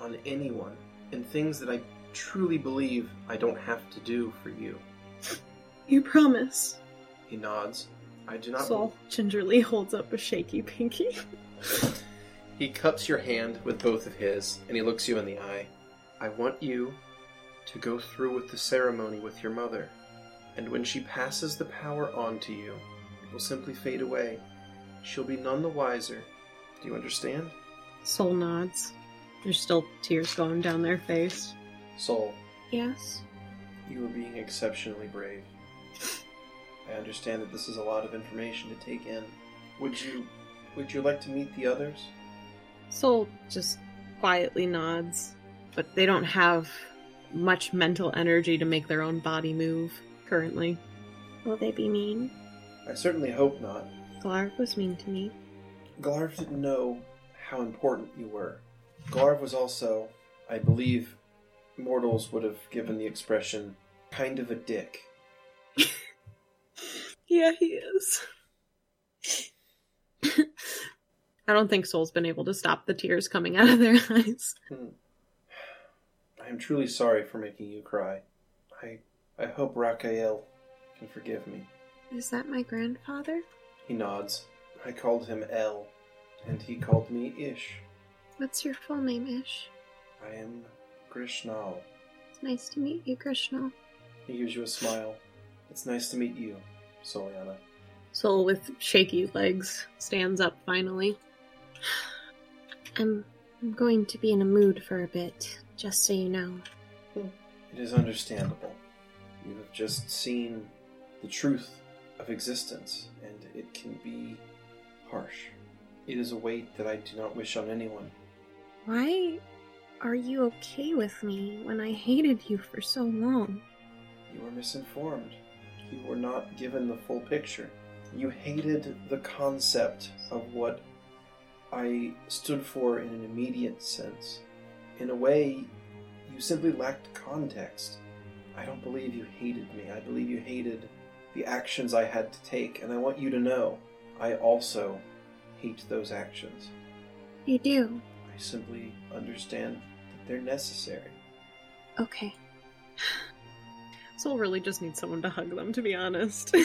S2: on anyone, and things that I truly believe I don't have to do for you.
S3: You promise.
S2: He nods. I do not
S3: Saul gingerly holds up a shaky pinky.
S2: He cups your hand with both of his, and he looks you in the eye. I want you to go through with the ceremony with your mother, and when she passes the power on to you, it will simply fade away. She'll be none the wiser. Do you understand?
S3: Soul nods. There's still tears going down their face.
S2: Soul,
S3: Yes.
S2: you are being exceptionally brave. I understand that this is a lot of information to take in. Would you would you like to meet the others?
S3: Soul just quietly nods, but they don't have much mental energy to make their own body move currently. Will they be mean?
S2: I certainly hope not.
S3: Glarv was mean to me.
S2: Glarv didn't know how important you were. Glarv was also, I believe, mortals would have given the expression, kind of a dick.
S3: Yeah, he is. *laughs* I don't think Soul's been able to stop the tears coming out of their eyes.
S2: I am truly sorry for making you cry. I, I hope Rakael can forgive me.
S3: Is that my grandfather?
S2: He nods. I called him El, and he called me Ish.
S3: What's your full name, Ish?
S2: I am Grishnal.
S3: It's nice to meet you, Krishna.
S2: He gives you a smile. It's nice to meet you, Soliana.
S3: Soul, with shaky legs, stands up finally.
S4: *sighs* I'm, I'm going to be in a mood for a bit, just so you know.
S2: It is understandable. You have just seen the truth of existence, and it can be harsh. It is a weight that I do not wish on anyone.
S4: Why are you okay with me when I hated you for so long?
S2: You were misinformed. You were not given the full picture. You hated the concept of what I stood for in an immediate sense. In a way, you simply lacked context. I don't believe you hated me. I believe you hated the actions I had to take, and I want you to know I also hate those actions.
S4: You do.
S2: I simply understand that they're necessary.
S4: Okay.
S3: Soul really just needs someone to hug them, to be honest. *laughs* they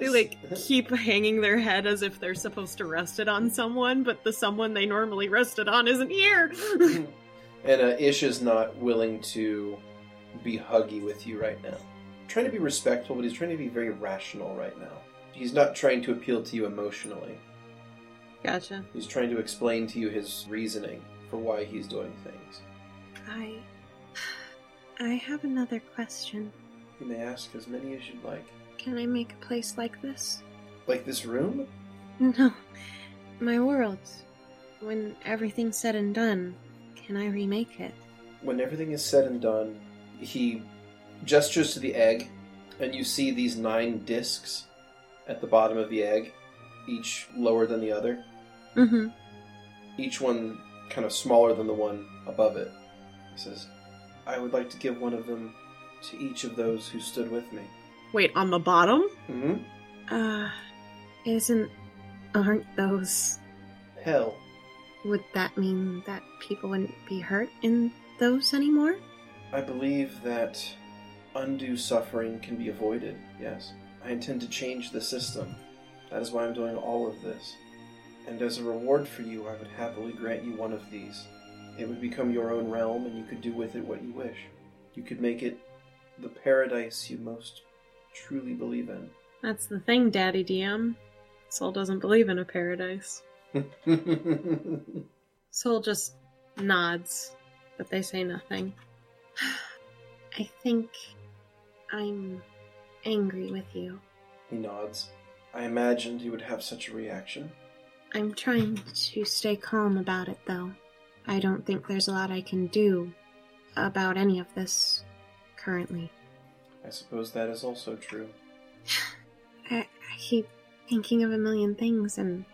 S2: Is-
S3: like
S2: *laughs*
S3: keep hanging their head as if they're supposed to rest it on someone, but the someone they normally rest it on isn't here. *laughs*
S2: *clears throat* and uh, Ish is not willing to be huggy with you right now. Trying to be respectful, but he's trying to be very rational right now. He's not trying to appeal to you emotionally.
S3: gotcha.
S2: He's trying to explain to you his reasoning for why he's doing things.
S4: I. I have another question.
S2: You may ask as many as you'd like.
S4: Can I make a place like this?
S2: Like this room?
S4: No. My world. When everything's said and done, can I remake it?
S2: When everything is said and done, he gestures to the egg, and you see these nine discs at the bottom of the egg, each lower than the other.
S4: Mm hmm.
S2: each one kind of smaller than the one above it. He says, I would like to give one of them to each of those who stood with me.
S3: Wait, on the bottom?
S2: Mm-hmm.
S4: Uh. Isn't. Aren't those.
S2: Hell
S4: Would that mean that people wouldn't be hurt in those anymore?
S2: I believe that undue suffering can be avoided, yes. I intend to change the system. That is why I'm doing all of this. And as a reward for you, I would happily grant you one of these. It would become your own realm, and you could do with it what you wish. You could make it the paradise you most truly believe
S3: That's the thing, Daddy DM. Soul doesn't believe in a paradise.
S2: *laughs* in.
S3: Soul just nods, but they say nothing.
S4: *sighs* I think I'm angry with you.
S2: he nods. I imagined you would have such a reaction.
S4: I'm trying to stay calm about it, though. I don't think there's a lot I can do about any of this currently.
S2: I suppose that is also true.
S4: I, I keep thinking of a million things, and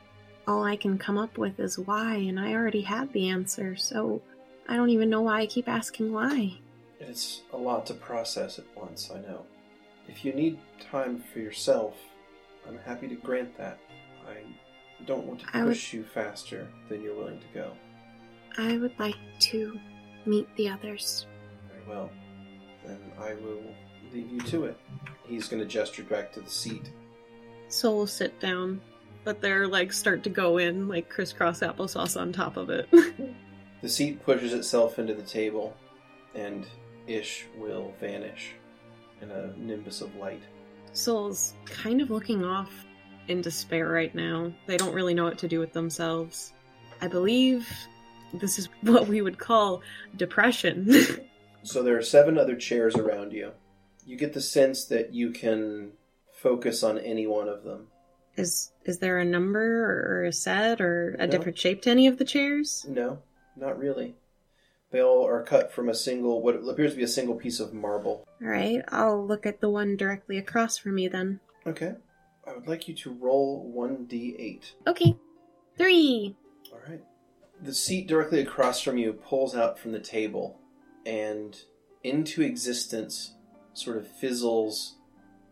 S4: all I can come up with is why, and I already have the answer, so I don't even know why I keep asking why.
S2: It's a lot to process at once, I know. If you need time for yourself, I'm happy to grant that. I don't want to
S4: I would-
S2: push you faster than you're willing to go.
S4: I would like to meet the others.
S2: Very well. Then I will leave you to it. He's going to gesture back to the seat.
S3: Soul will sit down, but their legs start to go in like crisscross applesauce on top of it. *laughs*
S2: The seat pushes itself into the table, and Ish will vanish in a nimbus of light.
S3: Soul's kind of looking off in despair right now. They don't really know what to do with themselves. I believe this is *laughs* what we would call depression. *laughs*
S2: So there are seven other chairs around you. You get the sense that you can focus on any one of them.
S3: is is there a number or a set or a
S2: No.
S3: different shape to any of the chairs?
S2: No, not really. They all are cut from a single, what appears to be a single piece of marble.
S4: All right, I'll look at the one directly across from me then.
S2: Okay. I would like you to roll 1d8.
S4: Okay, three.
S2: All right. The seat directly across from you pulls out from the table, and into existence sort of fizzles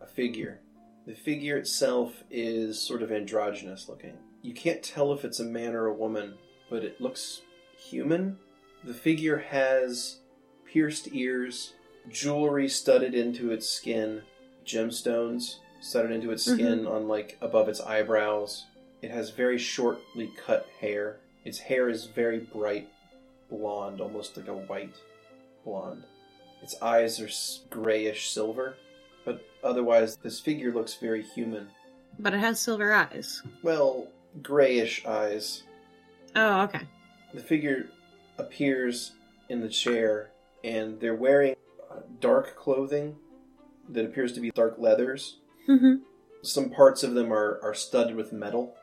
S2: a figure. The figure itself is sort of androgynous looking. You can't tell if it's a man or a woman, but it looks human. The figure has pierced ears, jewelry studded into its skin, gemstones studded into its skin on like above its eyebrows. It has very shortly cut hair. Its hair is very bright blonde, almost like a white blonde. Its eyes are s- grayish silver, but otherwise, this figure looks very human.
S3: But it has silver eyes.
S2: Well, grayish eyes.
S3: Oh, okay.
S2: The figure appears in the chair, and they're wearing uh, dark clothing that appears to be dark leathers.
S4: Mm-hmm.
S2: some parts of them are, are studded with metal,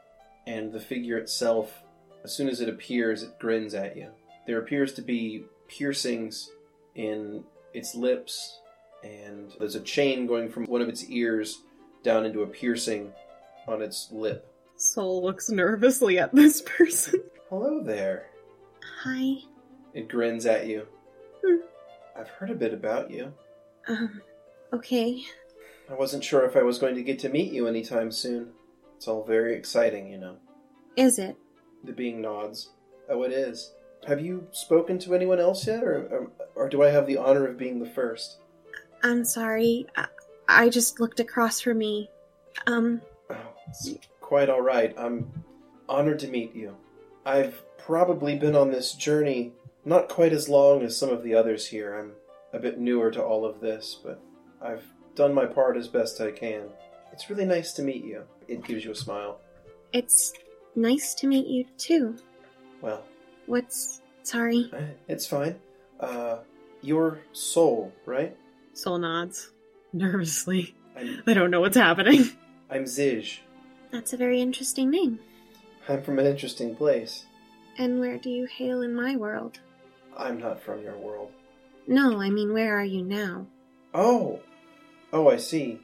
S2: and the figure itself, as soon as it appears, it grins at you. There appears to be piercings in its lips, and there's a chain going from one of its ears down into a piercing on its lip.
S3: Soul looks nervously at this person. *laughs*
S2: Hello there.
S4: Hi.
S2: It grins at you.
S4: Hmm.
S2: I've heard a bit about you.
S4: Um, okay.
S2: I wasn't sure if I was going to get to meet you anytime soon. It's all very exciting, you know.
S4: Is it?
S2: The being nods. Oh, it is. Have you spoken to anyone else yet, or, or, or do I have the honor of being the first?
S4: I'm sorry. I, I just looked across from me. Um,
S2: Oh, it's quite all right. I'm honored to meet you. I've probably been on this journey not quite as long as some of the others here. I'm a bit newer to all of this, but I've done my part as best I can. It's really nice to meet you. It gives you a smile.
S4: it's nice to meet you too.
S2: Well,
S4: What's sorry?
S2: it's fine. Uh, your soul, right?
S3: Soul nods nervously.
S2: I'm,
S3: They don't know what's happening. *laughs*
S2: I'm Zij.
S4: That's a very interesting name.
S2: I'm from an interesting place.
S4: And where do you hail in my world?
S2: I'm not from your world.
S4: No, I mean, where are you now?
S2: Oh! Oh, I see.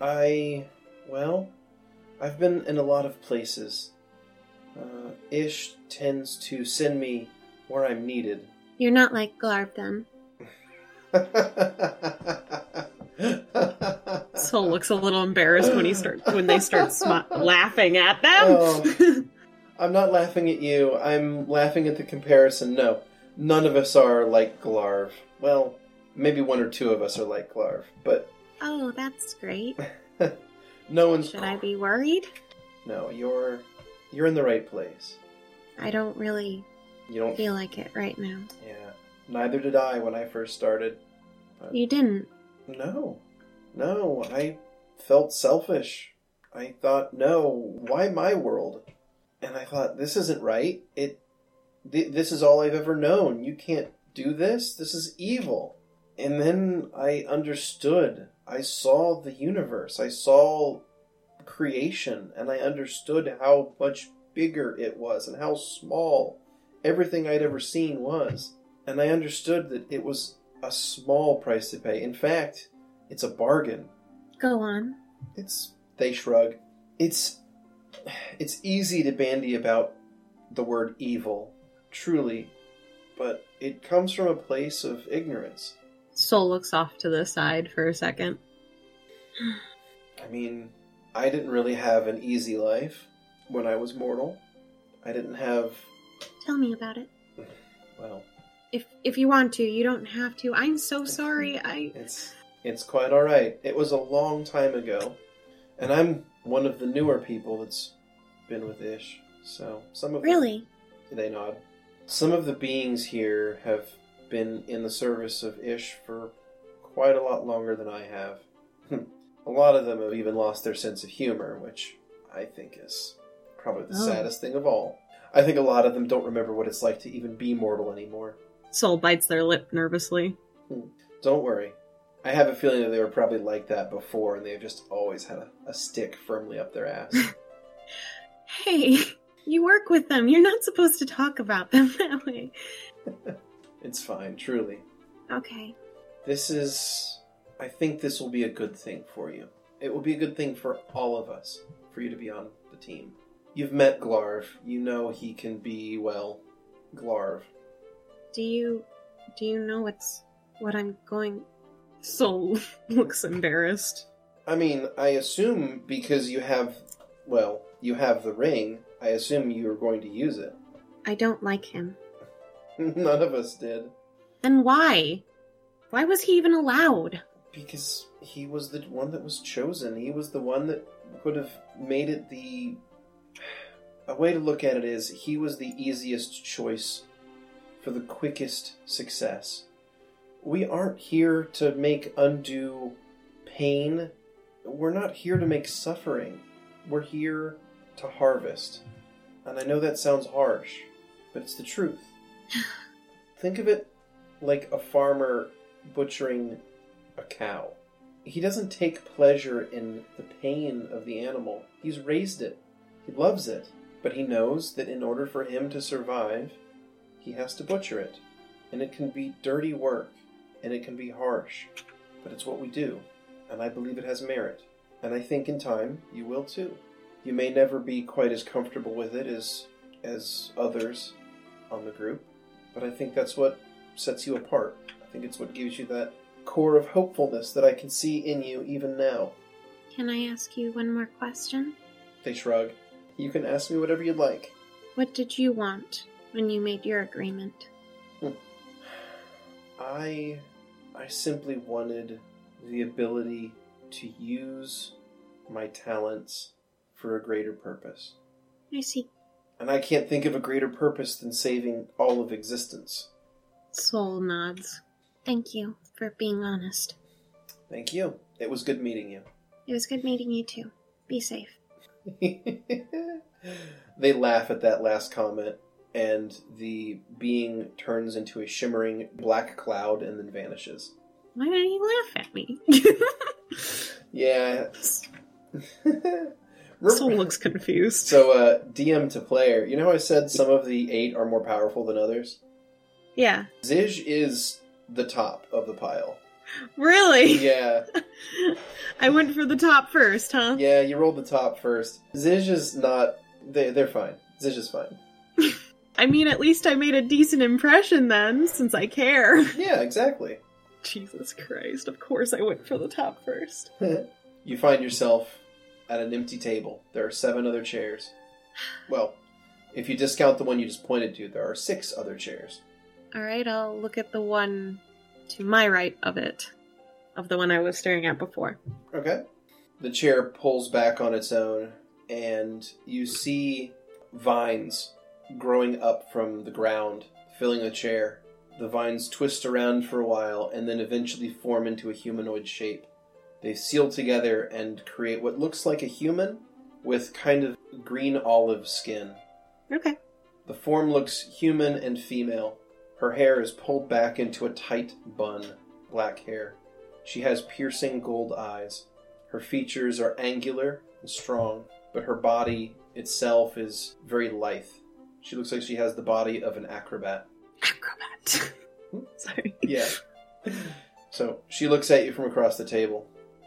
S2: I. Well, I've been in a lot of places. Uh, Ish tends to send me where I'm needed.
S4: You're not like Glarb then. *laughs*
S3: *laughs* Soul looks a little embarrassed when he start when they start smi- laughing at them.
S2: Oh. *laughs* I'm not laughing at you. I'm laughing at the comparison. No, none of us are like Glarv. Well, maybe one or two of us are like Glarv, but
S4: Oh, that's great.
S2: no one's.
S4: Should I be worried?
S2: No, you're you're in the right place.
S4: I don't really
S2: You don't.
S4: feel like it right now.
S2: Yeah. Neither did I when I first started.
S4: You didn't.
S2: No, no. I felt selfish. I thought, no, why my world? And I thought, this isn't right. It, th- this is all I've ever known. You can't do this. This is evil. And then I understood. I saw the universe. I saw creation, and I understood how much bigger it was and how small everything I'd ever seen was. And I understood that it was a small price to pay. In fact, it's a bargain.
S4: Go on.
S2: It's they shrug. It's it's easy to bandy about the word evil, truly, but it comes from a place of ignorance.
S3: Soul looks off to the side for a second.
S2: I mean, I didn't really have an easy life when I was mortal. I didn't have
S4: Tell me about it.
S2: well,
S4: If if you want to, you don't have to. I'm so sorry. I
S2: It's it's quite all right. It was a long time ago, and I'm one of the newer people that's been with Ish. So some of the-
S4: really
S2: they nod. Some of the beings here have been in the service of Ish for quite a lot longer than I have. Hmm. a lot of them have even lost their sense of humor, which I think is probably the
S3: Oh.
S2: saddest thing of all. I think a lot of them don't remember what it's like to even be mortal anymore.
S3: Soul bites their lip nervously.
S2: Don't worry. I have a feeling that they were probably like that before, and they've just always had a, a stick firmly up their ass.
S4: Hey, *laughs* you work with them. You're not supposed to talk about them *laughs* that way.
S2: it's fine, truly.
S4: Okay.
S2: This is. I think this will be a good thing for you. It will be a good thing for all of us, for you to be on the team. You've met Glarv. You know he can be, well, Glarv.
S4: Do you do you know what's what I'm going
S3: Soul *laughs* looks embarrassed.
S2: I mean, I assume because you have. Well, you have the ring, I assume you're going to use it. *laughs*
S4: I don't like him.
S2: None of us did.
S4: Then why? Why was he even allowed?
S2: Because he was the one that was chosen. He was the one that could have made it the. A way to look at it is he was the easiest choice for the quickest success. We aren't here to make undue pain. We're not here to make suffering. We're here to harvest. And I know that sounds harsh, but it's the truth. Think of it like a farmer butchering a cow. He doesn't take pleasure in the pain of the animal. He's raised it. He loves it. But he knows that in order for him to survive, he has to butcher it. And it can be dirty work, and it can be harsh. But it's what we do, and I believe it has merit. And I think in time you will too. You may never be quite as comfortable with it as as others on the group, but I think that's what sets you apart. I think it's what gives you that core of hopefulness that I can see in you even now.
S4: Can I ask you one more question?
S2: They shrug. You can ask me whatever you'd like.
S4: What did you want when you made your agreement?
S2: I I simply wanted the ability to use my talents for a greater purpose.
S4: I see.
S2: And I can't think of a greater purpose than saving all of existence.
S3: Soul nods.
S4: Thank you for being honest.
S2: Thank you. It was good meeting you.
S4: It was good meeting you too. Be safe.
S2: *laughs* they laugh at that last comment, and the being turns into a shimmering black cloud and then vanishes.
S3: Why did he laugh
S4: *laughs*
S3: at me?
S2: Yeah.
S3: Soul looks confused.
S2: so, uh, DM to player. You know how I said some of the eight are more powerful than others?
S3: Yeah.
S2: Zij is the top of the pile.
S3: Really?
S2: Yeah.
S3: I went for the top first, huh?
S2: Yeah, you rolled the top first. Zij is not. They, they're fine. Zij is fine.
S3: I mean, at least I made a decent impression then, since I care. *laughs*
S2: Yeah, exactly.
S3: Jesus Christ, of course I went for the top first.
S2: You find yourself at an empty table. There are seven other chairs. Well, If you discount the one you just pointed to, there are six other chairs.
S3: All right, I'll look at the one to my right of it, of the one I was staring at before.
S2: Okay. The chair pulls back on its own, and you see vines growing up from the ground, filling the chair. The vines twist around for a while and then eventually form into a humanoid shape. They seal together and create what looks like a human with kind of green olive skin.
S3: Okay.
S2: The form looks human and female. Her hair is pulled back into a tight bun, black hair. She has piercing gold eyes. Her features are angular and strong, but her body itself is very lithe. She looks like she has the body of an acrobat.
S3: Acrobat. *laughs* Sorry.
S2: Yeah. so she looks at you from across the table.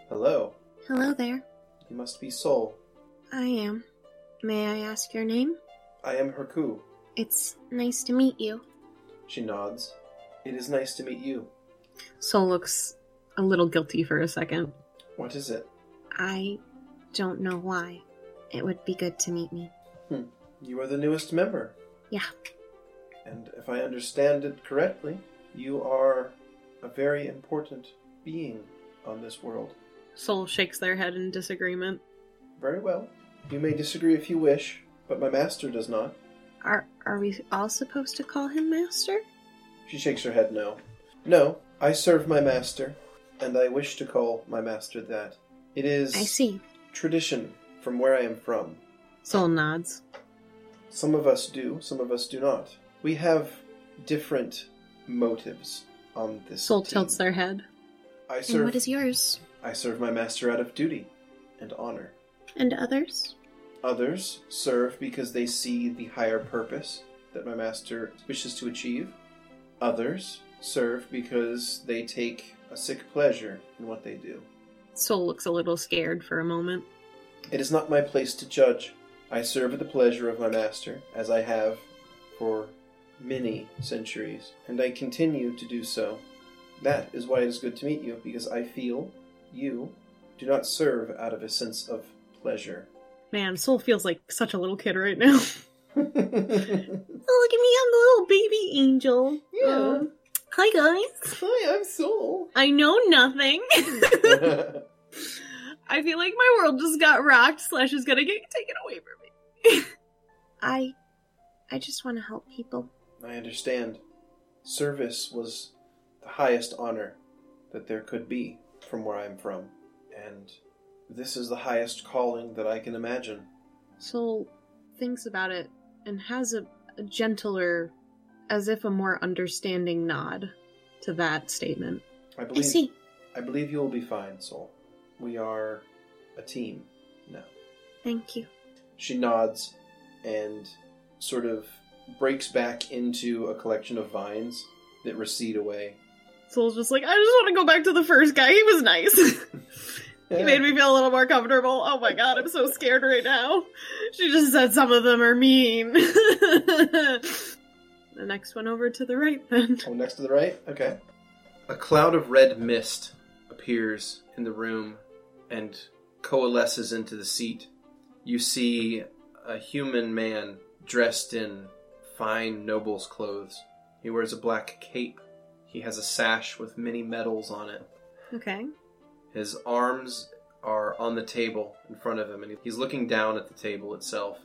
S2: Hello,
S4: Hello there.
S2: you must be Soul.
S4: I am. May I ask your name?
S2: I am Herku.
S4: It's nice to meet you.
S2: She nods. It is nice to meet you.
S3: Soul looks a little guilty for a second.
S2: What is it?
S4: I don't know why. It would be good to meet me.
S2: Hmm. You are the newest member.
S4: Yeah.
S2: And if I understand it correctly, you are a very important being on this world.
S3: Soul shakes their head in disagreement.
S2: Very well. You may disagree if you wish, but my master does not.
S4: Are are we all supposed to call him master?
S2: She shakes her head no. No, I serve my master, and I wish to call my master that. It is
S4: I see.
S2: tradition from where I am from.
S3: Soul nods.
S2: Some of us do, some of us do not. We have different motives on this.
S3: Soul
S2: team.
S3: tilts their head.
S2: I
S4: And
S2: serve
S4: what is yours?
S2: I serve my master out of duty and honor.
S4: And others?
S2: Others serve because they see the higher purpose that my master wishes to achieve. Others serve because they take a sick pleasure in what they do.
S3: Soul looks a little scared for a moment.
S2: It is not my place to judge. I serve at the pleasure of my master, as I have for many centuries, and I continue to do so. That is why it is good to meet you, because I feel you do not serve out of a sense of pleasure.
S3: Man, Soul feels like such a little kid right now.
S2: *laughs*
S3: *laughs*
S2: Hi,
S3: Oh, look at me, I'm the little baby angel.
S2: Yeah.
S4: Oh.
S3: Um, hi, guys.
S2: I'm *laughs* Soul.
S3: I know nothing.
S2: That's
S3: I feel like my world just got rocked, slash is gonna get taken away from me. *laughs*
S4: I I just want to help people.
S2: I understand. Service was the highest honor that there could be from where I'm from, and this is the highest calling that I can imagine.
S3: Soul thinks about it and has a, a gentler, as if a more understanding nod to that statement.
S2: I
S4: I
S2: believe
S4: see.
S2: I believe you will be fine, Soul. We are a team now.
S4: Thank you.
S2: She nods and sort of breaks back into a collection of vines that recede away.
S3: Soul's just like, I just want to go back to the first guy. He was nice.
S4: *laughs*
S3: He made me feel a little more comfortable. Oh my god, I'm so scared right now. She just said some of them are mean. *laughs* the next one over to the right, then.
S2: Oh, next to the right? Okay. A cloud of red mist appears in the room and coalesces into the seat. You see a human man dressed in fine noble's clothes. He wears a black cape. He has a sash with many medals on it.
S3: Okay.
S2: His arms are on the table in front of him, and he's looking down at the table itself.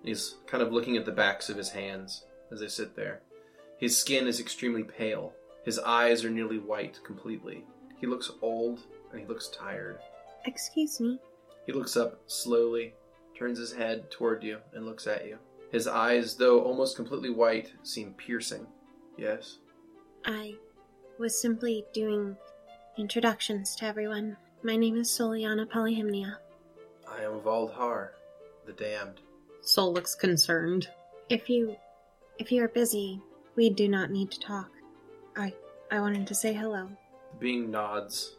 S2: And he's kind of looking at the backs of his hands as they sit there. His skin is extremely pale. His eyes are nearly white completely. He looks old and he looks tired.
S4: Excuse me.
S2: He looks up slowly, turns his head toward you, and looks at you. His eyes, though almost completely white, seem piercing. Yes?
S4: I was simply doing introductions to everyone. My name is Soliana Polyhymnia.
S2: I am Valdhar, the damned.
S3: Soul looks concerned.
S4: If you if you are busy, we do not need to talk. I I wanted to say hello.
S2: The being nods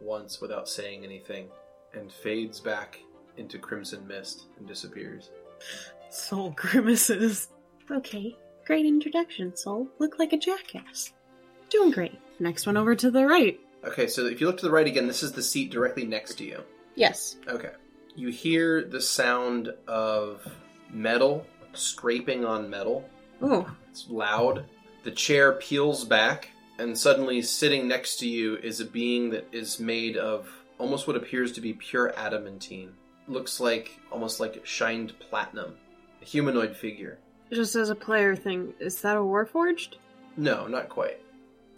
S2: once without saying anything and fades back into crimson mist and disappears.
S3: Soul *laughs* grimaces.
S4: Okay. Great introduction, Soul. Look like a jackass.
S3: Doing great. Next one over to the right.
S2: Okay, so if you look to the right again, this is the seat directly next to you.
S3: Yes.
S2: Okay. You hear the sound of metal scraping on metal.
S3: Oh,
S2: It's loud. The chair peels back, and suddenly sitting next to you is a being that is made of almost what appears to be pure adamantine. Looks like almost like shined platinum. A humanoid figure.
S3: just as a player thing, is that a Warforged?
S2: No, not quite.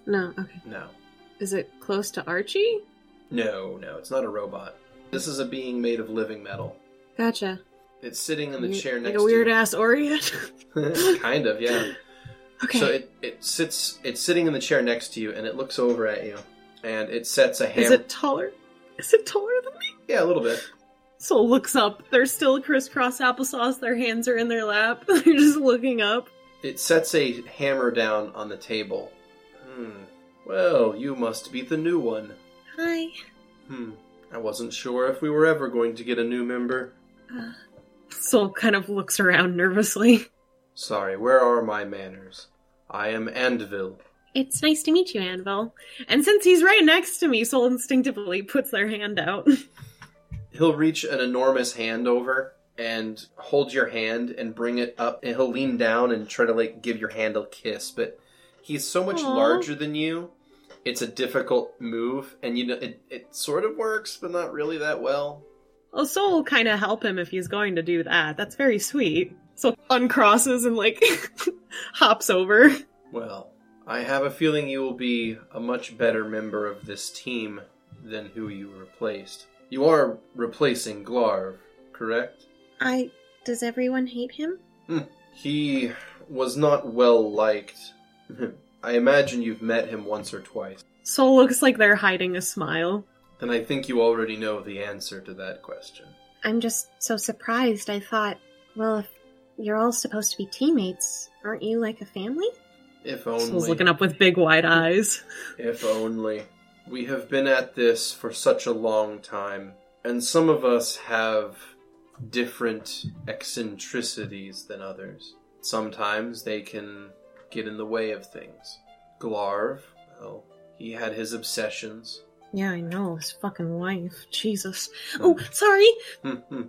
S3: No, okay.
S2: No.
S3: Is it close to Archie?
S2: No, no, it's not a robot. This is a being made of living metal.
S3: Gotcha.
S2: It's sitting in the
S3: Weird-
S2: chair next
S3: like a weird
S2: to
S3: ass Orient. *laughs*
S2: you. *laughs* kind of, yeah.
S3: *gasps* okay.
S2: So it, it sits it's sitting in the chair next to you and it looks over at you and it sets a hammer
S3: is it taller? Is it taller than me?
S2: Yeah, a little bit.
S3: Soul looks up. They're still crisscross applesauce. Their hands are in their lap. *laughs* They're just looking up.
S2: It sets a hammer down on the table. Hmm. Well, you must be the new one.
S4: Hi.
S2: Hmm. I wasn't sure if we were ever going to get a new member.
S3: Soul kind of looks around nervously.
S2: Sorry, where are my manners? I am Andvil.
S3: It's nice to meet you, Anvil. And since he's right next to me, Soul instinctively puts their hand out. *laughs*
S2: He'll reach an enormous hand over and hold your hand and bring it up and he'll lean down and try to like give your hand a kiss, but he's so much
S3: Aw.
S2: larger than you. It's a difficult move and you know it, it sort of works, but not really that well.
S3: Well, Soul will kind of help him if he's going to do that. That's very sweet. So uncrosses and like *laughs* hops over.
S2: Well, I have a feeling you will be a much better member of this team than who you replaced. You are replacing Glarv, correct?
S4: I. Does everyone hate him?
S2: He was not well liked. I imagine you've met him once or twice,
S3: Soul looks like they're hiding a smile.
S2: and I think you already know the answer to that question.
S4: I'm just so surprised. I thought, well, if you're all supposed to be teammates, aren't you like a family?
S2: If
S3: Soul's
S2: only.
S3: looking up with big wide eyes.
S2: If only. We have been at this for such a long time, and some of us have different eccentricities than others. Sometimes they can get in the way of things. Glarv, well, he had his obsessions.
S3: Yeah, I know. His fucking wife. Jesus. Oh, sorry.
S2: Hmm,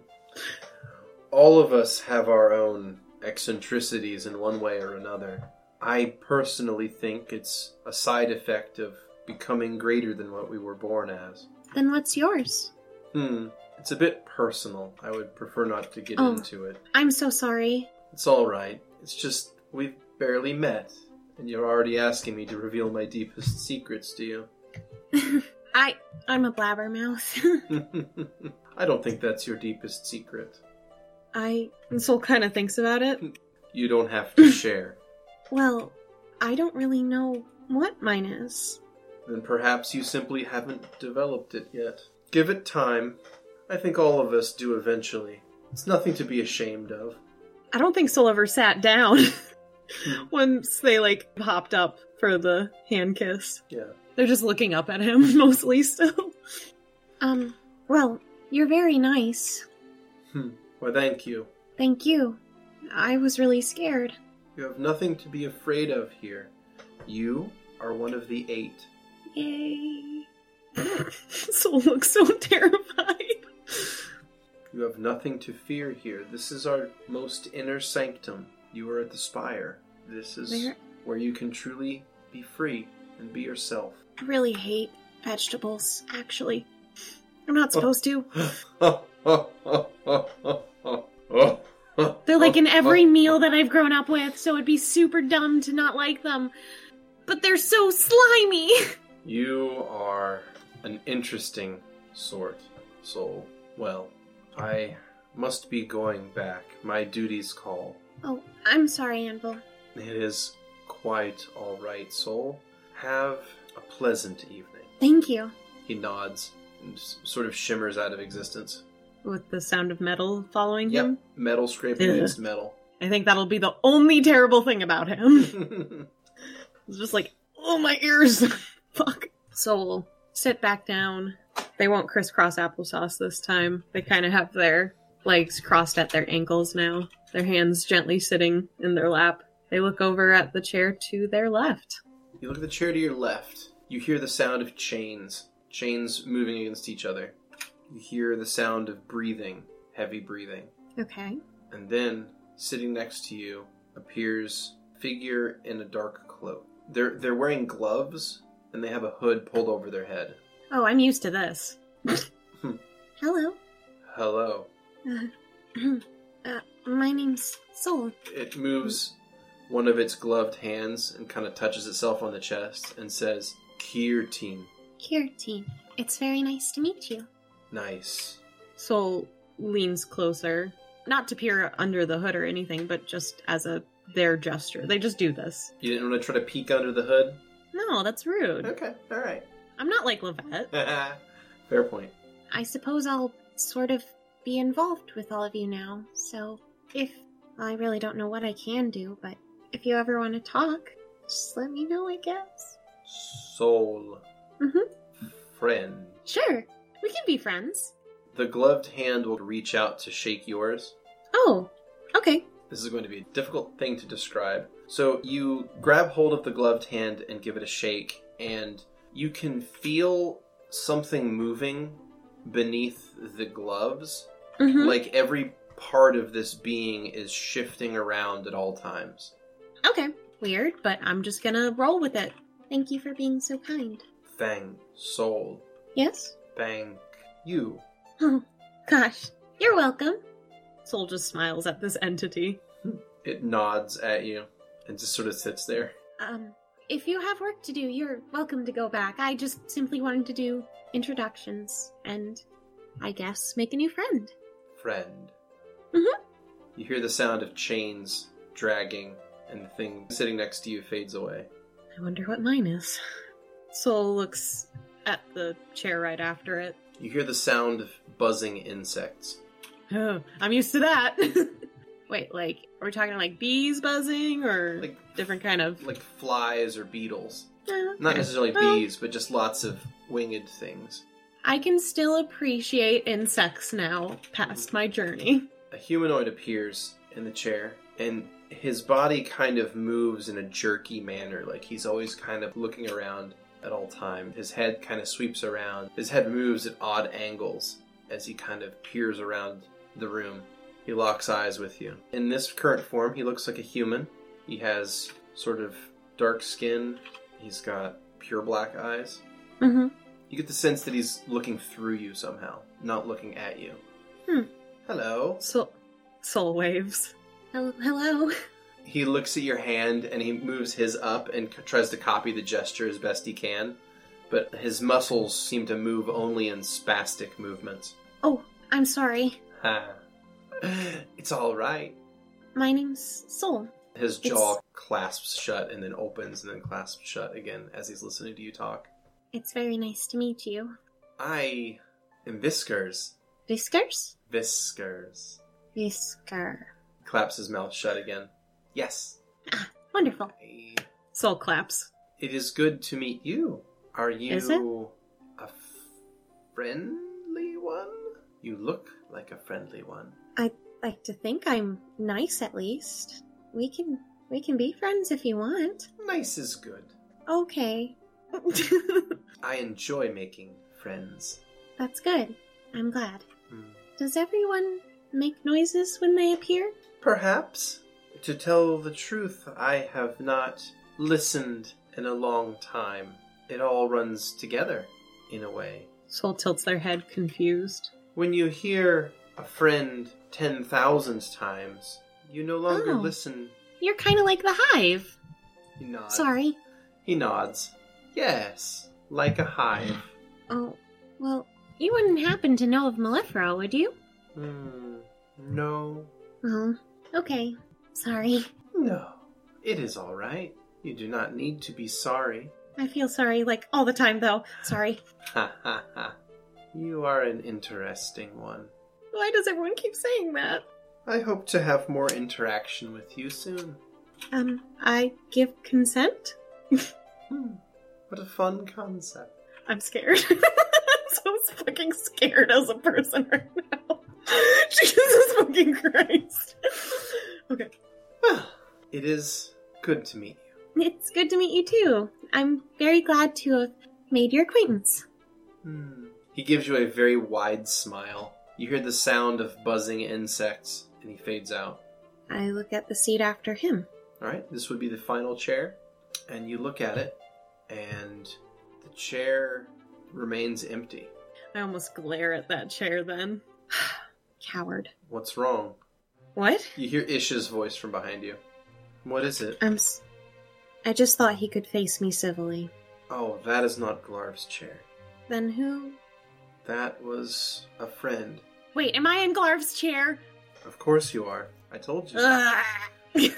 S2: All of us have our own eccentricities in one way or another. I personally think it's a side effect of becoming greater than what we were born as.
S4: Then what's yours?
S2: Hmm. It's a bit personal. I would prefer not to get
S4: Oh.
S2: into it.
S4: I'm so sorry.
S2: It's all right. It's just we've barely met, and you're already asking me to reveal my deepest secrets to you. *laughs*
S4: I. I'm a blabbermouth. *laughs*
S2: I don't think that's your deepest secret.
S4: I.
S3: And Soul kind of thinks about it.
S2: You don't have to share.
S4: Well, I don't really know what mine is.
S2: Then perhaps you simply haven't developed it yet. Give it time. I think all of us do eventually. It's nothing to be ashamed of.
S3: I don't think Soul ever sat down *laughs* once they like hopped up for the hand kiss.
S2: Yeah.
S3: They're just looking up at him *laughs* mostly still.
S4: Um, well, you're very nice.
S2: Hmm. Well, thank you.
S4: Thank you. I was really scared.
S2: You have nothing to be afraid of here. You are one of the eight.
S3: *laughs*
S4: Yay.
S3: Soul looks so terrified.
S2: You have nothing to fear here. This is our most inner sanctum. You are at the spire. This is
S4: Where-
S2: where you can truly be free and be yourself.
S4: I really hate vegetables, actually. I'm
S3: Oh.
S4: not supposed to.
S2: They're
S4: They're like in
S2: *laughs*
S4: every meal that I've grown up with, so it'd be super dumb to not like them. But they're so slimy! *laughs*
S2: You are an interesting sort, soul. Well, I must be going back. My duties call.
S4: Oh, I'm sorry, Anvil.
S2: It is quite all right, soul. Have a pleasant evening.
S4: Thank you.
S2: He nods and s- sort of shimmers out of existence.
S3: With the sound of metal following
S2: Yep,
S3: him.
S2: metal scraping
S3: Ugh.
S2: against metal. *laughs*
S3: I think that'll be the only terrible thing about him. *laughs* It's just like, oh my ears. *laughs* Fuck. Soul, sit back down. They won't crisscross applesauce this time. They kind of have their legs crossed at their ankles now, their hands gently sitting in their lap. They look over at the chair to their left.
S2: you look at the chair to your left. You hear the sound of chains, chains moving against each other. You hear the sound of breathing, heavy breathing.
S4: Okay.
S2: And then sitting next to you appears a figure in a dark cloak. They're they're wearing gloves and they have a hood pulled over their head.
S3: Oh, I'm used to this.
S4: *laughs* Hello.
S2: Hello.
S4: Uh, my name's Soul.
S2: It moves one of its gloved hands and kind of touches itself on the chest and says, Kirtin.
S4: Kirtine. It's very nice to meet you.
S2: Nice.
S3: Soul leans closer, not to peer under the hood or anything, but just as a their gesture. They just do this.
S2: You didn't want to try to peek under the hood?
S3: No, that's rude.
S2: Okay, alright.
S3: I'm not like Levette.
S2: *laughs* Fair point.
S4: I suppose I'll sort of be involved with all of you now, so if I really don't know what I can do, but if you ever want to talk, just let me know, I guess.
S2: Soul.
S4: Mhm.
S2: Mm-hmm. Friend.
S4: Sure.
S3: We can be friends.
S2: The gloved hand will reach out to shake yours.
S4: Oh, okay.
S2: This is going to be a difficult thing to describe. So you grab hold of the gloved hand and give it a shake, and you can feel something moving beneath the gloves.
S3: Mhm.
S2: Like every part of this being is shifting around at all times.
S3: Okay. Weird, but I'm just gonna roll with it.
S4: Thank you for being so kind.
S2: Fang, soul,
S4: Yes?
S2: bang, you.
S4: Oh, gosh. You're welcome.
S3: Soul just smiles at this entity.
S2: It nods at you and just sort of sits there.
S4: Um, if you have work to do, you're welcome to go back. I just simply wanted to do introductions and, I guess, make a new friend.
S2: friend.
S4: Mhm.
S2: You hear the sound of chains dragging, and the thing sitting next to you fades away.
S3: I wonder what mine is. Soul looks at the chair right after it.
S2: You hear the sound of buzzing insects.
S3: Oh, *sighs* I'm used to that. *laughs* Wait, like, are we talking like bees buzzing or
S2: Like,
S3: different kind of?
S2: like flies or beetles.
S3: Uh,
S2: Not necessarily
S3: Well-
S2: bees, but just lots of winged things.
S3: I can still appreciate insects now, past my journey.
S2: A humanoid appears in the chair, and his body kind of moves in a jerky manner, like he's always kind of looking around at all time. His head kind of sweeps around. His head moves at odd angles as he kind of peers around the room. He locks eyes with you. In this current form, he looks like a human. He has sort of dark skin. He's got pure black eyes.
S3: Mm-hmm.
S2: You get the sense that he's looking through you somehow, not looking at you.
S4: Hmm.
S2: Hello.
S3: Soul, soul waves.
S4: Hel- Hello.
S2: He looks at your hand and he moves his up and c- tries to copy the gesture as best he can, but his muscles seem to move only in spastic movements.
S4: Oh, I'm sorry.
S2: Ha. *laughs* it's all right.
S4: My name's Soul.
S2: His jaw clasps shut and then opens and then clasps shut again as he's listening to you talk.
S4: It's very nice to meet you.
S2: I am Viskers.
S4: Whiskers?
S2: Viskers.
S4: Whisker.
S2: Claps his mouth shut again. Yes.
S3: Oh.
S4: Wonderful.
S2: I-
S3: Soul claps.
S2: It is good to meet you. Are you
S3: Is it?
S2: a f- friendly one? You look like a friendly one.
S4: Like to think I'm nice at least. We can we can be friends if you want.
S2: Nice is good.
S4: Okay.
S3: *laughs*
S2: I enjoy making friends.
S4: That's good. I'm glad.
S2: Hmm.
S4: Does everyone make noises when they appear?
S2: Perhaps, to tell the truth, I have not listened in a long time. It all runs together, in a way.
S3: Soul tilts their head, confused.
S2: When you hear a friend 10,000 times, you no longer
S4: Oh.
S2: listen.
S4: You're kind of like the hive.
S2: He nods.
S4: Sorry.
S2: He nods. Yes, like a hive.
S4: Oh, well, you wouldn't happen to know of Malefro, would you?
S2: Hmm. No.
S4: Oh, okay. Sorry.
S2: No. It is all right. You do not need to be sorry.
S3: I feel sorry, like all the time though. Sorry.
S2: Ha ha ha. You are an interesting one.
S3: Why does everyone keep saying that?
S2: I hope to have more interaction with you soon.
S3: Um, I give consent.
S2: Hmm. What a fun concept.
S3: I'm scared. *laughs* I'm so fucking scared as a person right now. *laughs* Jesus fucking Christ. Okay.
S2: Ah, it is good to meet you.
S4: It's good to meet you too. I'm very glad to have made your acquaintance.
S2: Hmm. He gives you a very wide smile. You hear the sound of buzzing insects, and he fades out.
S4: I look at the seat after him.
S2: All right, this would be the final chair, and you look at it, and the chair remains empty.
S3: I almost glare at that chair then.
S4: *sighs* Coward.
S2: What's wrong?
S3: What?
S2: You hear Isha's voice from behind you. What is it?
S4: I'm. S- I just thought he could face me civilly.
S2: Oh, that is not Glarv's chair.
S4: Then who?
S2: That was a friend.
S3: Wait, am I in Glarv's chair?
S2: Of course you are. I told you.
S3: Ugh.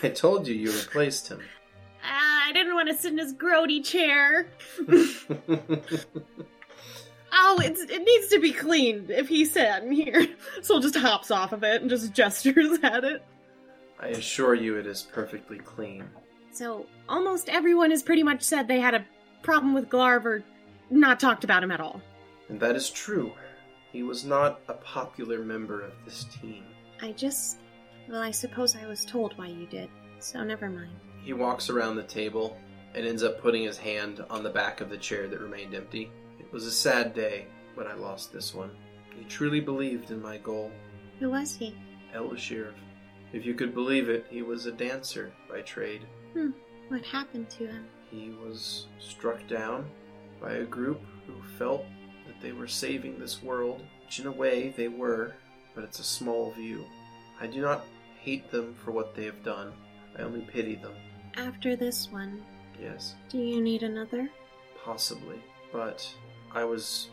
S2: I told you you replaced him. *laughs*
S3: Ah, I didn't want to sit in his grody chair. Oh, it's, it needs to be cleaned if he sat in here. *laughs* Soul just hops off of it and just gestures *laughs* at it.
S2: I assure you it is perfectly clean.
S3: So almost everyone has pretty much said they had a problem with Glarv or not talked about him at all.
S2: And that is true. He was not a popular member of this team.
S4: I just. Well, I suppose I was told why you did, so never mind.
S2: He walks around the table and ends up putting his hand on the back of the chair that remained empty. It was a sad day when I lost this one. He truly believed in my goal,
S4: Who was he?
S2: Elashirv. If you could believe it, he was a dancer by trade.
S4: What happened to him?
S2: He was struck down by a group who felt that they were saving this world, which in a way they were, but it's a small view. I do not hate them for what they have done, I only pity them.
S4: After this one,
S2: Yes,
S4: do you need another?
S2: possibly. But I was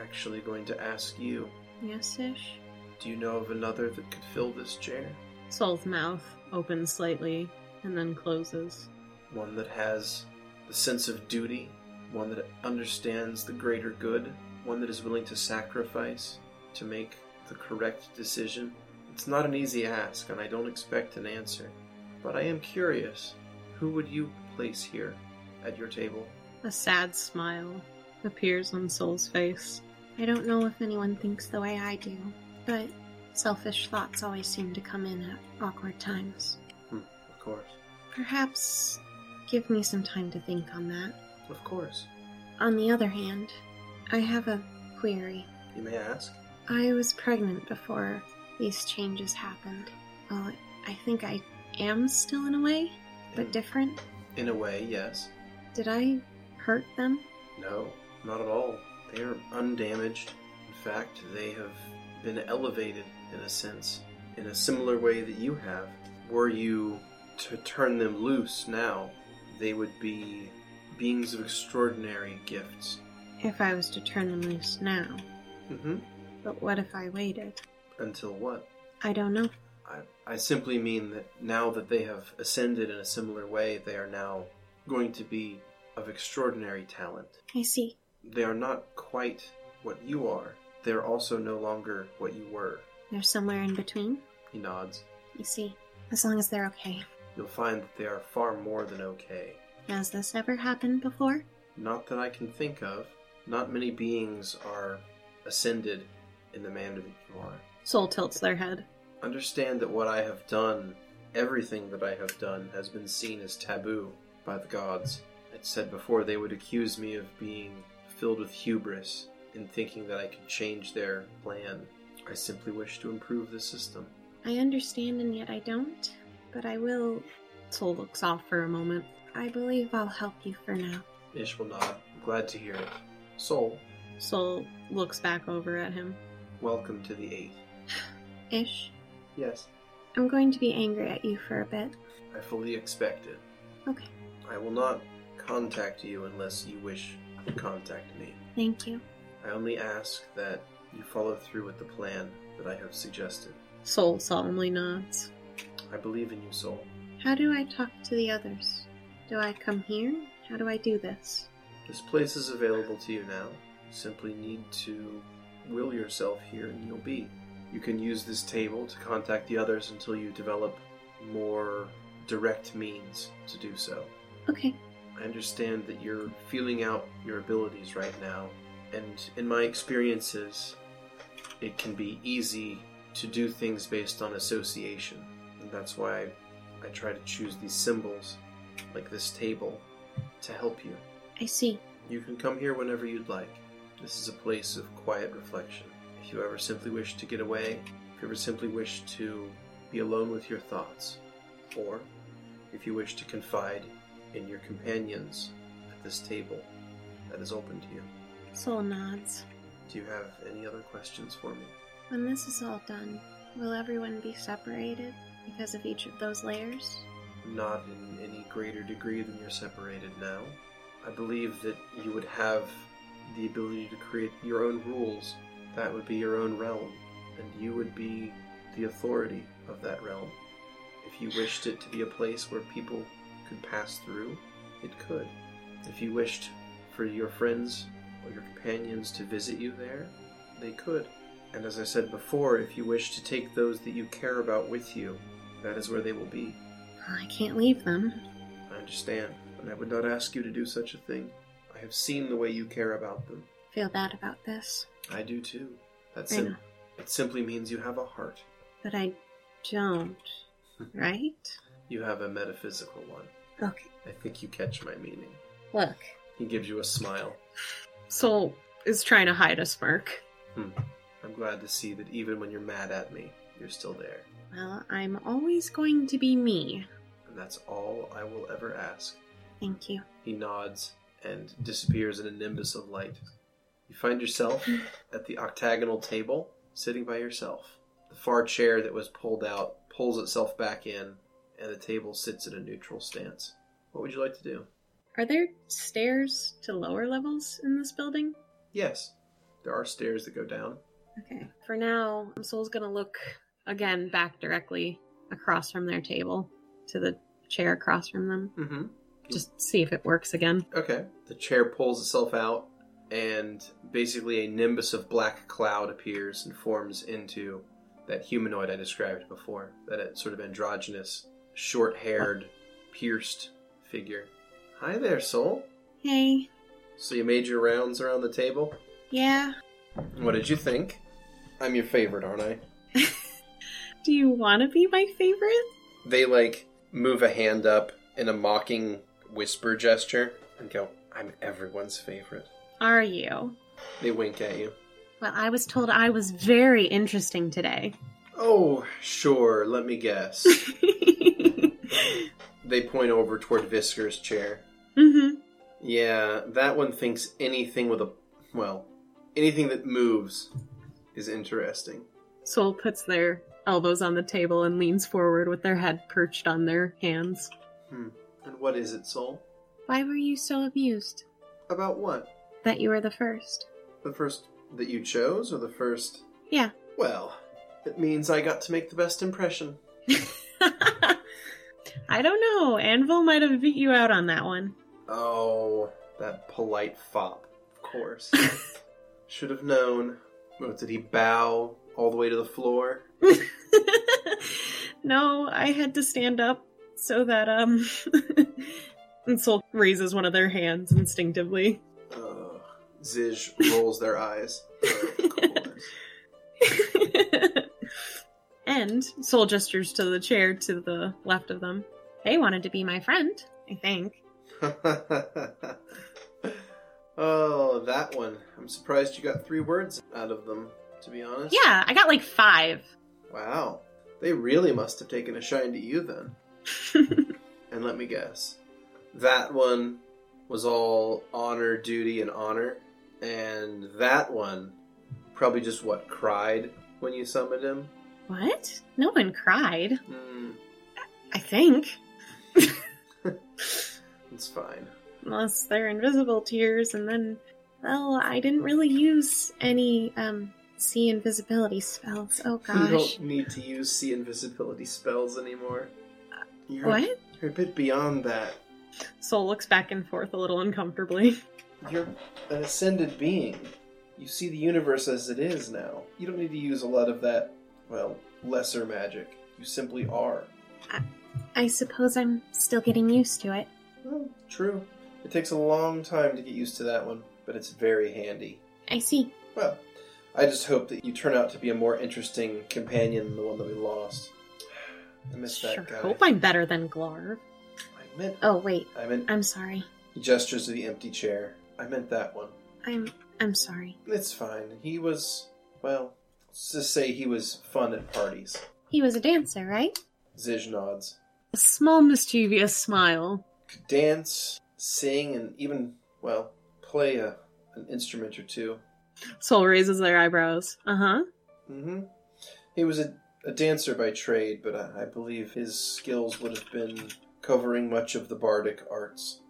S2: actually going to ask you
S4: Yes ish?
S2: do you know of another that could fill this chair?
S3: Soul's mouth opens slightly and then closes.
S2: One that has the sense of duty, one that understands the greater good, one that is willing to sacrifice to make the correct decision. It's not an easy ask, and I don't expect an answer. But I am curious who would you place here at your table?
S3: A sad smile appears on Soul's face.
S4: I don't know if anyone thinks the way I do, but selfish thoughts always seem to come in at awkward times.
S2: Of course.
S4: Perhaps give me some time to think on that.
S2: Of course.
S4: On the other hand, I have a query.
S2: You may ask.
S4: I was pregnant before these changes happened. Well, I think I am still in a way, but different.
S2: In a way, yes.
S4: Did I hurt them?
S2: No, not at all. They are undamaged. In fact, they have been elevated in a sense, in a similar way that you have. Were you to turn them loose now, they would be beings of extraordinary gifts.
S4: If I was to turn them loose now,
S2: Mm-hmm.
S4: but what if I waited?
S2: Until what?
S4: I don't know.
S2: I, I simply mean that now that they have ascended in a similar way, they are now going to be of extraordinary talent.
S4: I see.
S2: They are not quite what you are. They're also no longer what you were.
S4: They're somewhere in between.
S2: He nods.
S4: You see, as long as they're okay.
S2: You'll find that they are far more than okay.
S4: Has this ever happened before?
S2: Not that I can think of. Not many beings are ascended in the manner that you are.
S3: Soul tilts their head.
S2: Understand that what I have done, everything that I have done, has been seen as taboo by the gods. I said before they would accuse me of being filled with hubris and thinking that I could change their plan. I simply wish to improve the system.
S4: I understand and yet I don't, but I will.
S3: Soul looks off for a moment.
S4: I believe I'll help you for now.
S2: Ish will nod. I'm glad to hear it. Soul,
S3: Soul looks back over at him.
S2: welcome to the Eight.
S4: Ish,
S2: Yes.
S4: I'm going to be angry at you for a bit.
S2: I fully expect it.
S4: Okay,
S2: I will not contact you unless you wish to contact me.
S4: thank you.
S2: I only ask that you follow through with the plan that I have suggested.
S3: Soul solemnly nods.
S2: I believe in you, soul.
S4: How do I talk to the others? Do I come here? How do I do this?
S2: This place is available to you now. You simply need to will yourself here and you'll be. You can use this table to contact the others until you develop more direct means to do so.
S4: Okay,
S2: I understand that you're feeling out your abilities right now, and in my experiences, it can be easy to do things based on association. And that's why I try to choose these symbols, like this table, to help you.
S4: I see.
S2: You can come here whenever you'd like. This is a place of quiet reflection. If you ever simply wish to get away, if you ever simply wish to be alone with your thoughts, or if you wish to confide in your companions at this table that is open to you.
S4: Soul nods.
S2: Do you have any other questions for me?
S4: When this is all done, will everyone be separated because of each of those layers?
S2: Not in any greater degree than you're separated now. I believe that you would have the ability to create your own rules. That would be your own realm, and you would be the authority of that realm. If you wished it to be a place where people could pass through, it could. If you wished for your friends or your companions to visit you there, they could. And as I said before, if you wish to take those that you care about with you, that is where they will be.
S4: I can't leave them.
S2: I understand, and I would not ask you to do such a thing. I have seen the way you care about them.
S4: Feel bad about this,
S2: I do too. That,
S4: I
S2: sim-
S4: know.
S2: that simply means you have a heart.
S4: but I *laughs* don't. Right?
S2: You have a metaphysical one.
S4: Okay.
S2: I think you catch my meaning.
S4: Look.
S2: He gives you a smile.
S3: Soul is trying to hide a smirk.
S2: I'm glad to see that even when you're mad at me, you're still there.
S4: Well, I'm always going to be me.
S2: And that's all I will ever ask.
S4: Thank you.
S2: He nods and disappears in a nimbus of light. You find yourself at the octagonal table, sitting by yourself. The far chair that was pulled out pulls itself back in, and the table sits in a neutral stance. What would you like to do?
S3: Are there stairs to lower levels in this building?
S2: Yes, there are stairs that go down.
S3: Okay. For now, Soul's gonna look again back directly across from their table to the chair across from them.
S2: Mm hmm.
S3: Just see if it works again.
S2: Okay. The chair pulls itself out, and basically a nimbus of black cloud appears and forms into that humanoid I described before. That sort of androgynous, short haired, pierced figure. Hi there, soul.
S4: Hey.
S2: So you made your rounds around the table?
S4: Yeah.
S2: What did you think? I'm your favorite, aren't I?
S3: Do you want to be my favorite?
S2: They like move a hand up in a mocking whisper gesture and go, I'm everyone's favorite.
S3: Are you?
S2: They wink at you.
S3: Well, I was told I was very
S4: *laughs*
S3: interesting today.
S2: Oh, sure, let me guess.
S3: mm-hmm.
S2: They point over toward Visker's chair. Yeah, that one thinks anything with a well, anything that moves is interesting.
S3: Soul puts their elbows on the table and leans forward with their head perched on their hands.
S2: And what is it, Soul?
S4: Why were you so amused
S2: About what?
S4: that you were the first?
S2: The first that you chose or the first
S4: Yeah.
S2: Well, it means I got to make the best impression.
S3: *laughs* I don't know. Anvil might have beat you out on that one. *laughs*
S2: Oh, that polite fop, of course. Should have known. What, did he bow all the way to the floor?
S3: no, I had to stand up so that um *laughs* and Soul raises one of their hands instinctively. *laughs*
S2: Ugh. Ziz Uh, rolls their eyes. *laughs* Of course.
S3: and Soul gestures to the chair to the left of them. They wanted to be my friend, I think.
S2: *laughs* oh, that one. I'm surprised you got three words out of them, to be honest.
S3: Yeah, I got like five. *laughs*
S2: Wow. They really must have taken a shine to you then. and let me guess. That one was all honor, duty, and honor. And that one probably just what? Cried when you summoned him?
S3: What? No one cried.
S2: Hmm.
S3: I think.
S2: It's fine.
S3: Unless they're invisible tears, and then, well, I didn't really use any, um,
S4: See invisibility spells.
S3: *laughs*
S4: Oh
S2: You
S4: gosh.
S2: don't need to use see invisibility spells anymore. You're,
S3: what?
S2: You're a bit beyond that.
S3: Soul looks back and forth a little uncomfortably.
S2: You're an ascended being. You see the universe as it is now. You don't need to use a lot of that, well, lesser magic. You simply are.
S4: I suppose I'm still getting used to it.
S2: Well, true. It takes a long time to get used to that one, but it's very handy.
S4: I see.
S2: Well, I just hope that you turn out to be a more interesting companion than the one that we lost. *sighs* I miss
S3: Sure
S2: that guy.
S3: hope I'm better than Glarv.
S2: I meant.
S4: Oh wait.
S2: I meant
S4: I'm sorry.
S2: gestures to the empty chair. I meant that one.
S4: I'm I'm sorry.
S2: It's fine. He was, well, let's just say he was fun at parties.
S4: He was a dancer, right?
S2: Zij nods.
S3: A small mischievous smile.
S2: Could dance, sing, and even, well, play a, an instrument or two.
S3: Soul raises their eyebrows. Uh huh.
S2: hmm He was a, a dancer by trade, but I, I believe his skills would have been covering much of the bardic arts.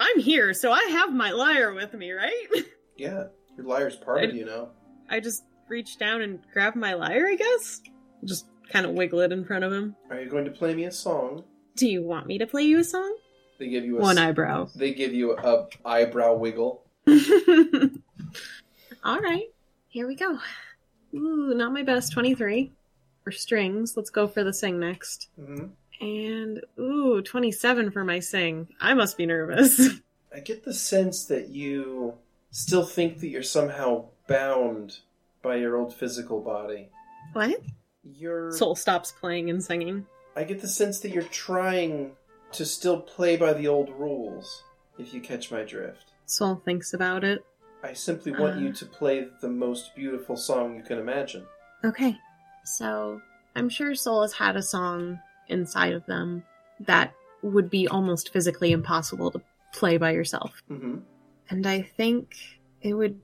S3: I'm here, so I have my lyre with me, right? *laughs*
S2: Yeah, your liar's part of
S3: I-
S2: you now.
S3: I just reach down and grab my lyre, I guess? Just kind of wiggle it in front of him.
S2: Are you going to play me a song?
S3: Do you want me to play you a song?
S2: They give you a
S3: One
S2: s-
S3: eyebrow. *laughs*
S2: They give you a eyebrow wiggle.
S3: All right.
S4: Here we go.
S3: Ooh, not my best. 23. For strings. Let's go for the sing next.
S2: hmm
S3: And, ooh, 27 for my sing. I must be nervous. *laughs*
S2: I get the sense that you still think that you're somehow bound by your old physical body.
S3: What?
S2: You're.
S3: Soul stops playing and singing.
S2: I get the sense that you're trying to still play by the old rules, if you catch my drift.
S3: Soul thinks about it.
S2: I simply want
S3: Uh.
S2: you to play the most beautiful song you can imagine.
S4: Okay.
S3: So I'm sure Soul has had a song inside of them that would be almost physically impossible to play by yourself.
S2: Mm-hmm.
S4: And I think it would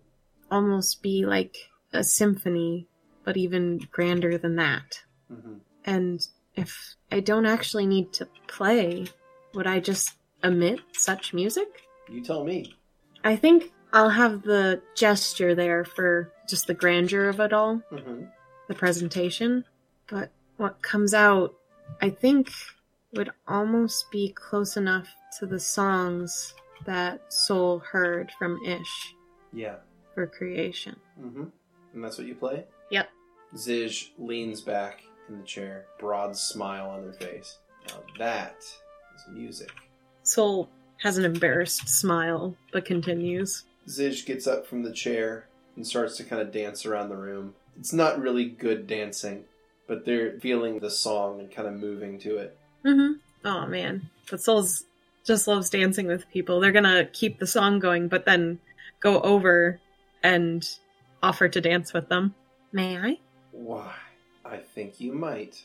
S4: almost be like a symphony, but even grander than that.
S2: Mm-hmm.
S4: And if I don't actually need to play, would I just omit such music?
S2: You tell me.
S4: I think I'll have the gesture there for just the grandeur of it all,
S2: Mm-hmm.
S4: the presentation. But what comes out, I think, would almost be close enough to the songs that Soul heard from Ish
S2: Yeah.
S4: for creation.
S2: Mm-hmm. And that's what you play?
S3: Yep.
S2: Zij leans back in the chair, broad smile on her face. Now that is music.
S3: Soul has an embarrassed smile, but continues.
S2: Zij gets up from the chair and starts to kind of dance around the room. It's not really good dancing, but they're feeling the song and kind of moving to it.
S3: Mm-hmm. Oh man. But Soul's just loves dancing with people. They're gonna keep the song going, but then go over and offer to dance with them.
S4: May I?
S2: Why? I think you might.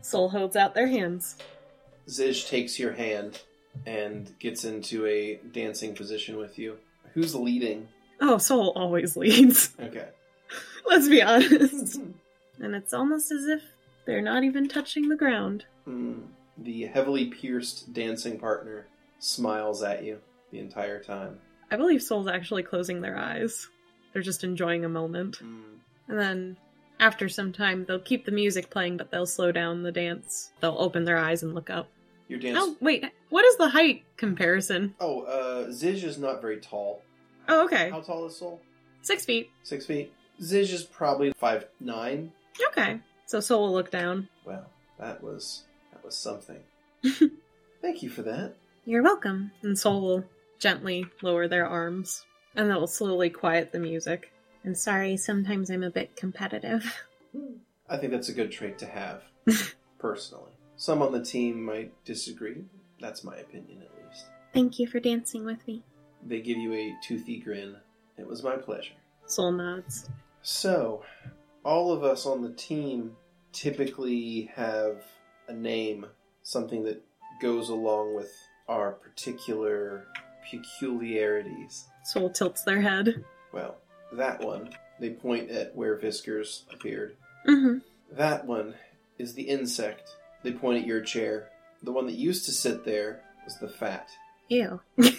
S3: Soul holds out their hands.
S2: Zij takes your hand and gets into a dancing position with you. Who's leading?
S3: Oh, Soul always *laughs* leads.
S2: Okay.
S3: Let's be honest.
S2: Hmm.
S3: And it's almost as if they're not even touching the ground.
S2: Hmm. the heavily pierced dancing partner smiles at you the entire time.
S3: I believe Soul's actually closing their eyes. They're just enjoying a moment.
S2: Hmm.
S3: And then after some time, they'll keep the music playing, but they'll slow down the dance. They'll open their eyes and look up.
S2: Your dance.
S3: Oh, wait. What is the height comparison?
S2: Oh, uh, Zij is not very tall.
S3: Oh, okay.
S2: How tall is Soul?
S3: Six feet.
S2: Six feet. Zij is probably five nine.
S3: Okay. So Soul will look down.
S2: Well, that was that was something. Thank you for that.
S3: You're welcome. And Soul will gently lower their arms, and that will slowly quiet the music.
S4: I'm sorry, sometimes I'm a bit competitive. *laughs*
S2: Hmm. I think that's a good trait to have, personally. Some on the team might disagree. That's my opinion, at least.
S4: Thank you for dancing with me.
S2: They give you a toothy grin. It was my pleasure.
S3: Soul nods.
S2: So, all of us on the team typically have a name, something that goes along with our particular peculiarities.
S3: Soul tilts their head.
S2: Well, that one, they point at where Viskers appeared.
S3: Mm-hmm.
S2: That one is the insect. They point at your chair. The one that used to sit there was the fat.
S4: Ew.
S2: Yeah, you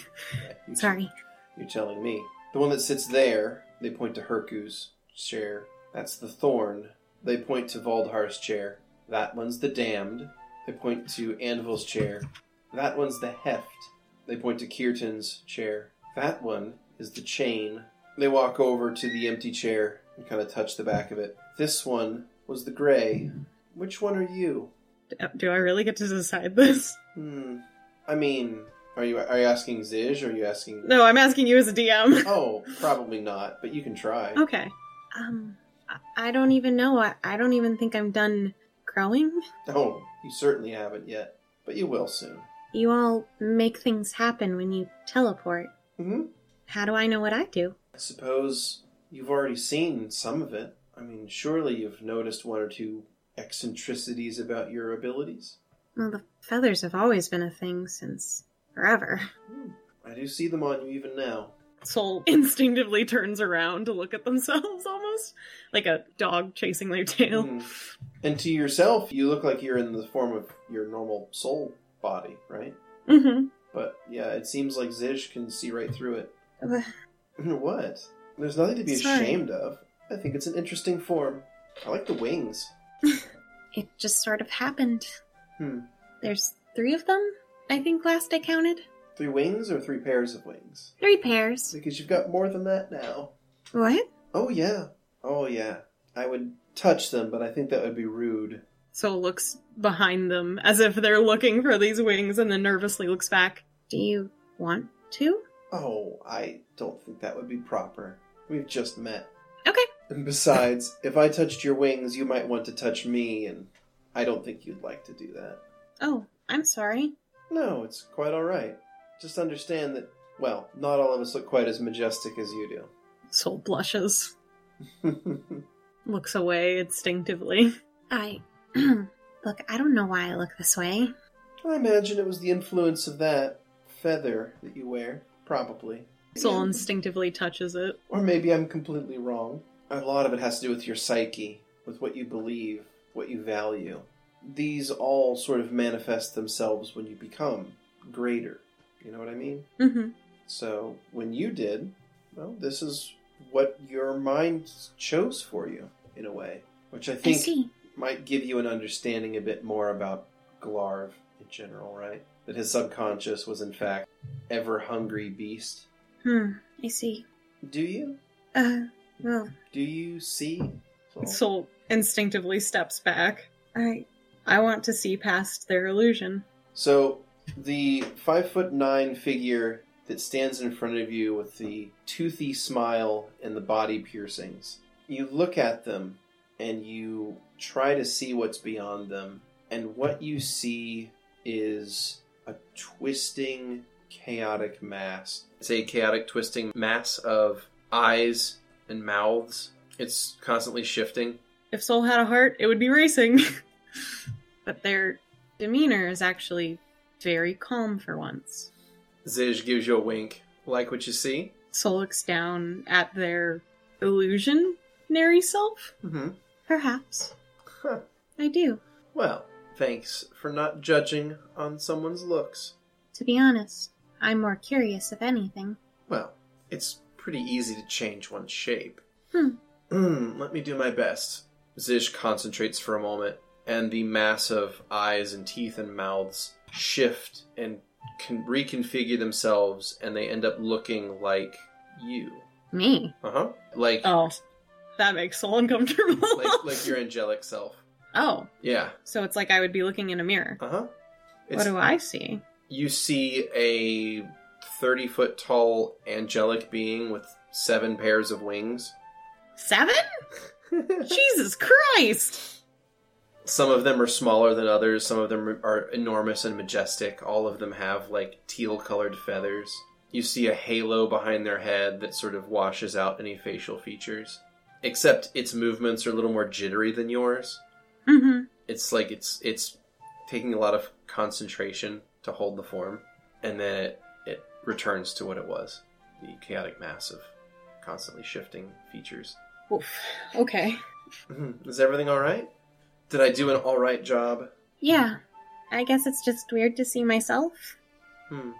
S2: t-
S4: Sorry.
S2: You're telling me. The one that sits there, they point to Herku's chair. That's the thorn. They point to Valdhar's chair. That one's the damned. They point to Anvil's chair. That one's the heft. They point to Kirtan's chair. That one is the chain. They walk over to the empty chair and kind of touch the back of it. This one was the gray. Which one are you?
S3: Do I really get to
S4: *laughs*
S3: decide this?
S2: Hmm. I mean, are you are you asking Zij or are you asking?
S3: No, I'm asking you as a DM.
S4: *laughs*
S2: Oh, probably not. But you can try.
S3: Okay.
S4: Um, I- I don't even know. I, I don't even think I'm done growing.
S2: Oh, you certainly haven't yet, but you will soon.
S4: You all make things happen when you teleport.
S2: Mm-hmm.
S4: How do I know what I do?
S2: I suppose you've already seen some of it. I mean, surely you've noticed one or two eccentricities about your abilities?
S4: Well, the feathers have always been a thing since forever.
S2: I do see them on you even now.
S3: Soul *laughs* instinctively turns around to look at themselves almost like a dog chasing their tail.
S2: Mm. And to yourself, you look like you're in the form of your normal soul body, right?
S3: Mm-hmm.
S2: But yeah, it seems like Zish can see right through it. *clears throat*
S4: Ugh.
S2: what? There's nothing to be
S4: Sorry.
S2: ashamed of. I think it's an interesting form. I like the wings.
S4: It just sort of happened.
S2: Hmm.
S4: There's three of them, I think last I counted.
S2: Three wings or three pairs of wings?
S4: Three pairs.
S2: Because you've got more than that now.
S4: What?
S2: Oh yeah. Oh yeah. I would touch them, but I think that would be rude.
S3: Soul looks behind them as if they're looking for these wings and then nervously looks back.
S4: Do you want to?
S2: Oh, I don't think that would be proper. We've just met.
S3: Okay.
S2: And besides, if I touched your wings, you might want to touch me, and I don't think you'd like to do that.
S4: Oh, I'm sorry.
S2: No, it's quite alright. Just understand that, well, not all of us look quite as majestic as you
S3: Soul blushes,
S2: do. *laughs*
S3: looks away instinctively.
S4: I. *clears throat* look, I don't know why I look this way.
S2: I imagine it was the influence of that feather that you wear, probably.
S3: Soul instinctively touches it.
S2: Or maybe I'm completely wrong. A lot of it has to do with your psyche, with what you believe, what you value. These all sort of manifest themselves when you become greater. You know what I mean?
S3: Mm-hmm.
S2: So when you did, well, this is what your mind chose for you, in a way, which I
S4: I
S2: think
S4: see.
S2: might give you an understanding a bit more about Glarv in general, right? That his subconscious was, in fact, ever hungry beast.
S4: Hmm, I see.
S2: Do you?
S4: Uh, well,
S2: Do you see?
S3: Soul instinctively steps back.
S4: I.
S3: I want to see past their illusion.
S2: So the five foot nine figure that stands in front of you with the toothy smile and the body piercings, you look at them and you try to see what's beyond them, and what you see is a twisting, chaotic mass. It's a chaotic, twisting mass of eyes and mouths. It's constantly shifting.
S3: If Soul had a heart, it would be racing. *laughs* but their demeanor is actually very calm for once.
S2: Zij gives you a wink. Like what you see?
S3: Soul looks down at their illusionary self.
S2: Mm-hmm.
S4: Perhaps. I do.
S2: Well, thanks for not judging on someone's looks.
S4: To be honest, I'm more curious, if anything.
S2: Well, it's pretty easy to change one's shape.
S4: Hmm.
S2: Hmm, let me do my best. Zish concentrates for a moment, and the mass of eyes and teeth and mouths shift and can reconfigure themselves, and they end up looking like you.
S4: Me?
S2: Uh huh. Like,
S3: Oh, that makes Soul uncomfortable.
S2: like like your angelic self.
S3: oh,
S2: Yeah.
S3: so it's like I would be looking in a mirror.
S2: Uh huh.
S3: What do I see?
S2: you see a 30 foot tall angelic being with seven pairs of wings.
S3: Seven? Jesus Christ!
S2: some of them are smaller than others, some of them are enormous and majestic. All of them have like teal colored feathers. You see a halo behind their head that sort of washes out any facial features, except its movements are a little more jittery than yours.
S4: Mm-hmm.
S2: it's like it's it's taking a lot of concentration to hold the form and then it, it returns to what it was the chaotic mass of constantly shifting features Hmm,
S3: Oof. Okay.
S2: is everything all right did i do an all right job
S4: Yeah. I guess it's just weird to see myself.
S2: hmm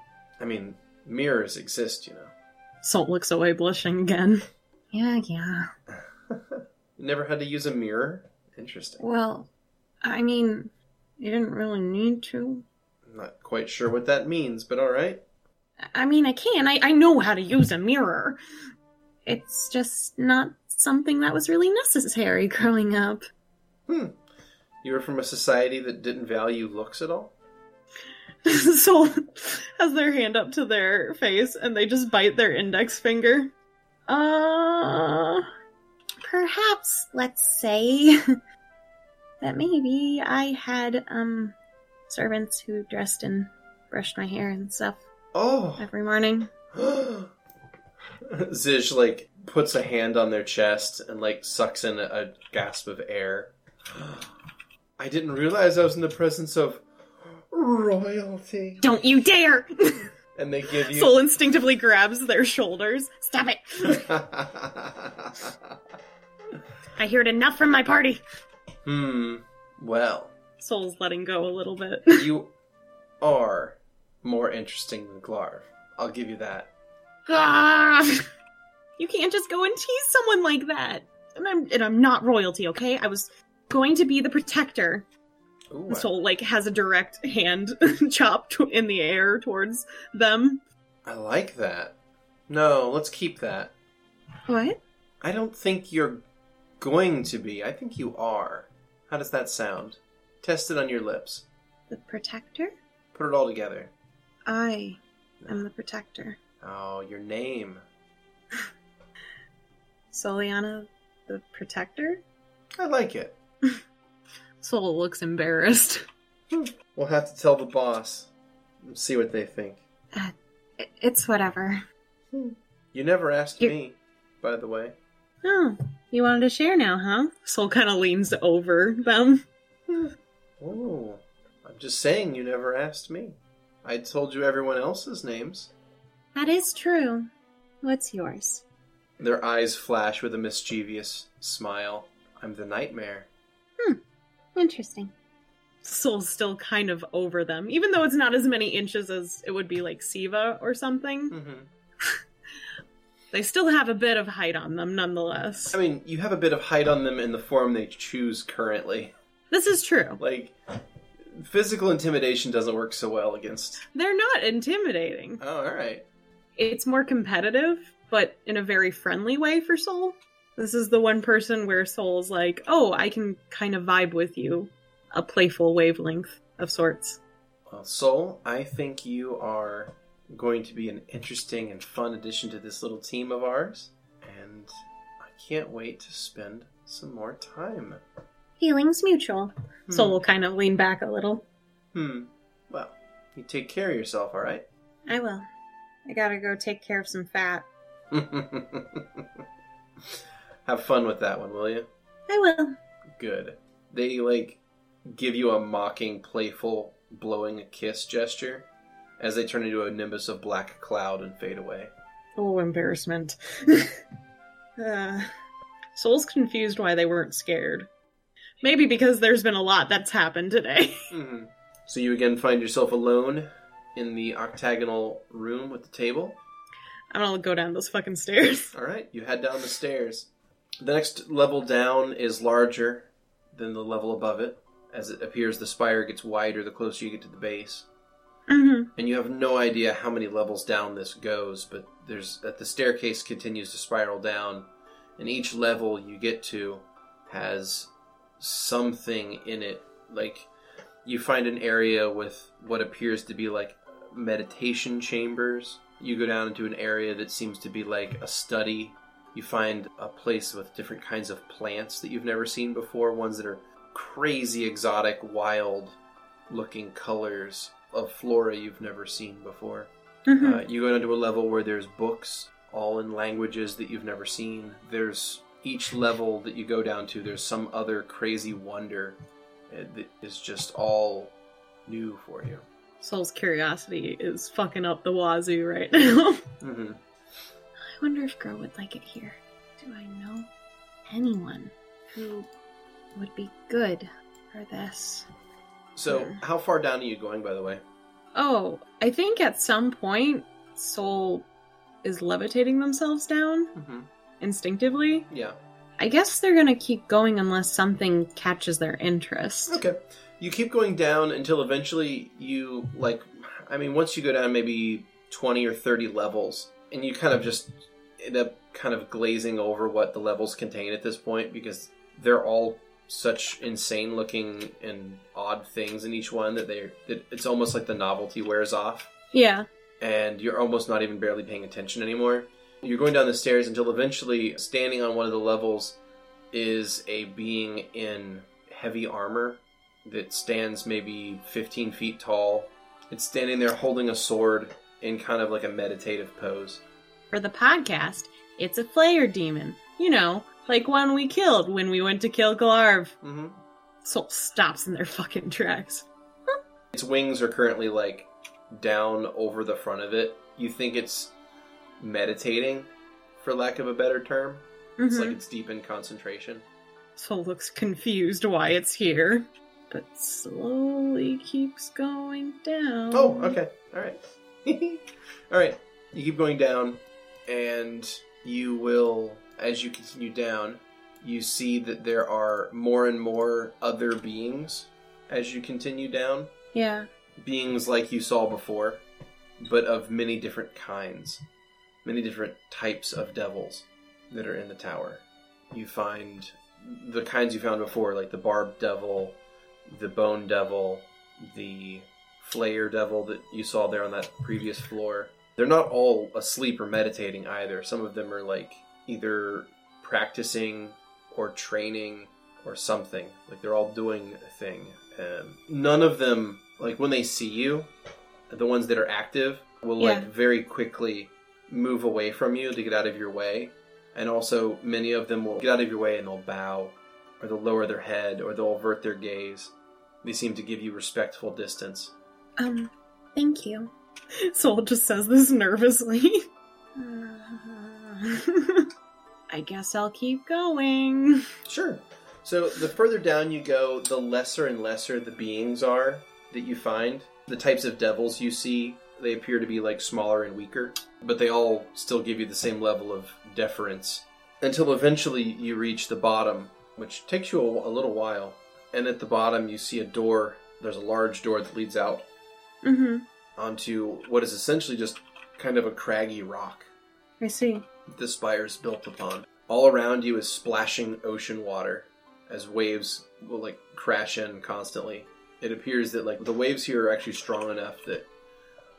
S2: i mean mirrors exist you know *laughs*
S3: Salt looks away, blushing again.
S4: Yeah, yeah.
S2: you never had to use a mirror interesting
S4: Well, I mean, you didn't really need to.
S2: i'm not quite sure what that means but all right
S4: I mean, I can. I, I know how to use a mirror. It's just not something that was really necessary growing up. *laughs*
S2: hmm you were from a society that didn't value looks at all
S3: Soul has their hand up to their face and they just bite their index finger. Uh,
S4: Perhaps, let's say, *laughs* that maybe I had, um, servants who dressed and brushed my hair and stuff
S2: oh
S4: every morning.
S2: *gasps* Zish like puts a hand on their chest and like sucks in a, a gasp of air. *gasps* I didn't realize I was in the presence of royalty.
S3: Don't you dare!
S2: And they give you.
S3: Soul instinctively grabs their shoulders. Stop it! I heard enough from my party.
S2: *laughs* hmm. Well,
S3: Soul's letting go a little bit. *laughs*
S2: you are more interesting than Glarv. I'll give you that.
S3: Ah! you can't just go and tease someone like that. And I'm and I'm not royalty, okay? I was going to be the protector.
S2: Ooh,
S3: And Soul like has a direct hand *laughs* chopped in the air towards them.
S2: I, I like that. No, let's keep that.
S4: What?
S2: I don't think you're going to be. I think you are. How does that sound? Test it on your lips.
S4: The protector?
S2: Put it all together.
S4: I am the protector.
S2: Oh, your name.
S4: Soliana the protector?
S2: I like it.
S3: Soul looks embarrassed.
S2: We'll have to tell the boss. and See what they think.
S4: Uh, I- It's whatever.
S2: You never asked
S4: You-
S2: me, by the way.
S3: Oh, you wanted to share now, huh? Soul kind of leans over them.
S2: Oh, I'm just saying you never asked me. I told you everyone else's names.
S4: That is true. What's yours?
S2: Their eyes flash with a mischievous smile. I'm the nightmare.
S4: Interesting.
S3: Soul's still kind of over them, even though it's not as many inches as it would be like Siva or something.
S2: Mm-hmm.
S3: They still have a bit of height on them, nonetheless.
S2: I mean, you have a bit of height on them in the form they choose currently.
S3: this is true.
S2: Like, physical intimidation doesn't work so well against.
S3: They're not intimidating.
S2: Oh, all right.
S3: It's more competitive, but in a very friendly way for Soul. This is the one person where Soul's like, oh, I can kind of vibe with you. A playful wavelength of sorts.
S2: Well, Soul, I think you are going to be an interesting and fun addition to this little team of ours, and I can't wait to spend some more time.
S4: Feelings mutual.
S2: Hmm.
S3: Soul will kind of lean back a little.
S2: Hmm. Well, you take care of yourself, all right?
S4: I will.
S3: I gotta go take care of some fat.
S2: *laughs* Have fun with that one, will you?
S4: I will.
S2: Good. They like give you a mocking, playful, blowing a kiss gesture as they turn into a nimbus of black cloud and fade away.
S3: Oh, *laughs* embarrassment. uh, Soul's confused why they weren't scared. Maybe because there's been a lot that's happened today. *laughs*
S2: Mhm. So you again find yourself alone in the octagonal room with the table.
S3: I'm gonna go down those fucking stairs.
S2: All right, you head down the stairs. The next level down is larger than the level above it. As it appears, the spire gets wider the closer you get to the base.
S3: Mm-hmm.
S2: And you have no idea how many levels down this goes, but there's that the staircase continues to spiral down, and each level you get to has something in it. Like you find an area with what appears to be like meditation chambers. You go down into an area that seems to be like a study. You find a place with different kinds of plants that you've never seen before, ones that are crazy exotic, wild looking colors of flora you've never seen before.
S3: Hmm.
S4: Mm-hmm.
S2: Uh, you go down to a level where there's books, all in languages that you've never seen. There's each level that you go down to, there's some other crazy wonder uh, that is just all new for you.
S3: Soul's curiosity is fucking up the wazoo right now. *laughs*
S2: hmm
S4: I wonder if Girl would like it here. Do I know anyone who would be good for this?
S2: So,
S3: Yeah.
S2: how far down are you going, by the way?
S3: oh, I think at some point, Soul is levitating themselves down
S2: Mm-hmm.
S3: instinctively.
S2: Yeah.
S3: I guess they're gonna keep going unless something catches their interest.
S2: *laughs* Okay. You keep going down until eventually you like I mean once you go down maybe 20 or 30 levels and you kind of just end up kind of glazing over what the levels contain at this point because they're all such insane looking and odd things in each one that they're that it's almost like the novelty wears off
S3: Yeah.
S2: and you're almost not even barely paying attention anymore. You're going down the stairs until eventually, standing on one of the levels, is a being in heavy armor that stands maybe 15 feet tall. It's standing there holding a sword in kind of like a meditative pose.
S3: For the podcast, it's a player demon. You know, like one we killed when we went to kill Glarv.
S2: Mm-hmm.
S3: Soul stops in their fucking tracks.
S2: Its wings are currently like down over the front of it. You think it's meditating, for lack of a better term. It's like
S3: Mhm.
S2: it's deep in concentration.
S3: Soul looks confused why it's here, but slowly keeps going down.
S2: Oh, okay. All right. *laughs* All right. You keep going down, and you will, as you continue down, you see that there are more and more other beings as you continue down.
S3: Yeah.
S2: Beings like you saw before, but of many different kinds, many different types of devils that are in the tower. You find the kinds you found before, like the barbed devil, the bone devil, the flayer devil that you saw there on that previous floor. They're not all asleep or meditating either. Some of them are like either practicing or training or something. Like they're all doing a thing. Um, none of them, like when they see you, the ones that are active will like
S3: Yeah.
S2: very quickly move away from you to get out of your way. And also, many of them will get out of your way and they'll bow or they'll lower their head or they'll avert their gaze. They seem to give you respectful distance.
S4: Um, thank
S3: *laughs*
S4: you.
S3: Soul just says this nervously.
S4: Uh,
S3: *laughs* I guess I'll keep going.
S2: Sure. So the further down you go, the lesser and lesser the beings are that you find. The types of devils you see, they appear to be like smaller and weaker, but they all still give you the same level of deference until eventually you reach the bottom, which takes you a, a little while. And at the bottom, you see a door. There's a large door that leads out
S3: Mm-hmm.
S2: onto what is essentially just kind of a craggy rock
S3: I see.
S2: that the spire is built upon. All around you is splashing ocean water as waves will like crash in constantly. It appears that like the waves here are actually strong enough that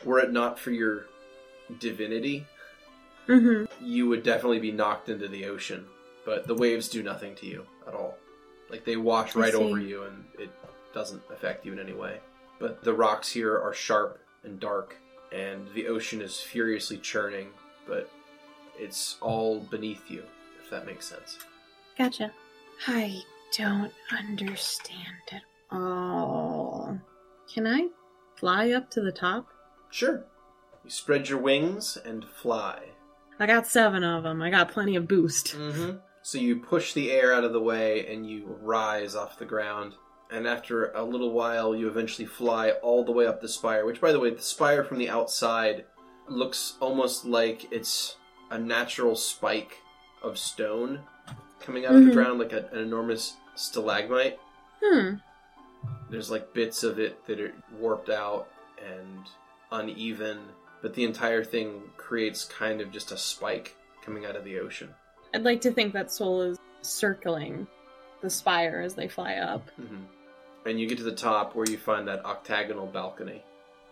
S2: were it not for your divinity,
S3: Mm-hmm.
S2: you would definitely be knocked into the ocean. But the waves do nothing to you at all. Like they wash
S3: I
S2: right
S3: see.
S2: over you and it doesn't affect you in any way. But the rocks here are sharp and dark, and the ocean is furiously churning, but it's all beneath you, if that makes sense.
S3: Gotcha.
S4: I don't understand at all.
S3: Can I fly up to the top?
S2: Sure. You spread your wings and fly.
S3: I got seven of them. I got plenty of boost.
S2: Mm-hmm. So you push the air out of the way and you rise off the ground. And after a little while, you eventually fly all the way up the spire, which, by the way, the spire from the outside looks almost like it's a natural spike of stone coming out of the
S3: Mhm.
S2: ground, like a, an enormous stalagmite.
S3: Hmm.
S2: There's like bits of it that are warped out and uneven, but the entire thing creates kind of just a spike coming out of the ocean.
S3: I'd like to think that Soul is circling the spire as they fly up.
S2: hmm And you get to the top where you find that octagonal balcony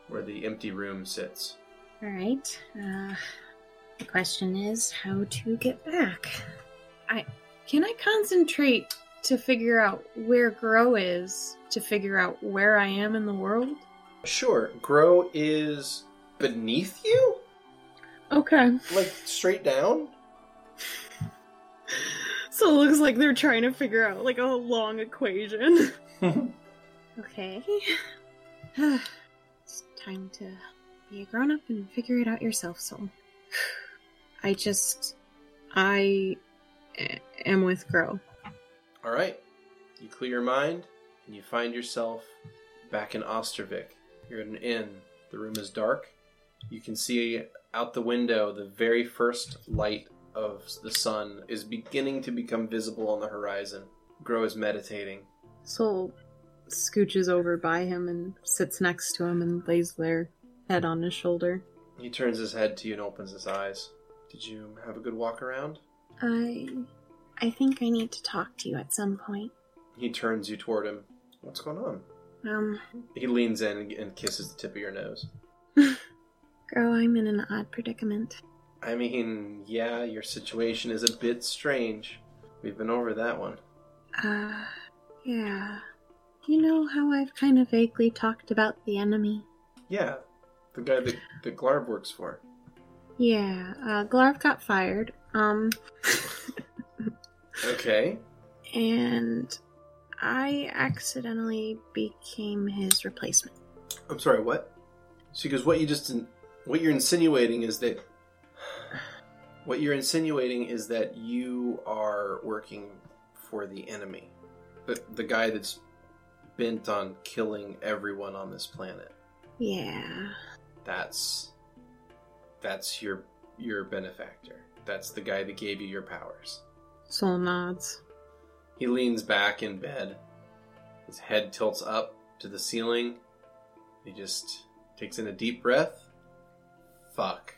S2: where the empty room sits.
S4: All right. Uh, the question is how to get back.
S3: Can I concentrate to figure out where Grow is to figure out where I am in the world?
S2: Sure, Grow is beneath you?
S3: Okay.
S2: Like straight *laughs* down?
S3: So it looks like they're trying to figure out like a long equation.
S4: Okay.
S3: *sighs*
S4: it's time to be a grown up and figure it out yourself, soul.
S3: *sighs* I just. I a- am with Grow.
S2: All right. You clear your mind and you find yourself back in Ostervik. You're at an inn. The room is dark. You can see out the window the very first light of the sun is beginning to become visible on the horizon. Grow is meditating.
S3: Soul scooches over by him and sits next to him and lays their head on his shoulder.
S2: He turns his head to you and opens his eyes. Did you have a good walk around?
S4: I I think I need to talk to you at some point.
S2: He turns you toward him. What's going on?
S4: Um,
S2: He leans in and- and kisses the tip of your nose.
S4: girl, I'm in an odd predicament.
S2: I mean, yeah, your situation is a bit strange. We've been over that one.
S4: Uh, yeah. You know how I've kind of vaguely talked about the enemy?
S2: Yeah, the guy that, that Glarb works for.
S4: Yeah, uh, Glarv got fired. Um,
S2: Okay.
S4: *laughs* and I accidentally became his replacement.
S2: I'm sorry, what? She goes, what you just, in- what you're insinuating is that, what you're insinuating is that you are working for the enemy, the the guy that's bent on killing everyone on this planet.
S4: Yeah.
S2: That's, that's your your benefactor. That's the guy that gave you your powers.
S3: Soul nods.
S2: He leans back in bed. His head tilts up to the ceiling. He just takes in a deep breath. Fuck.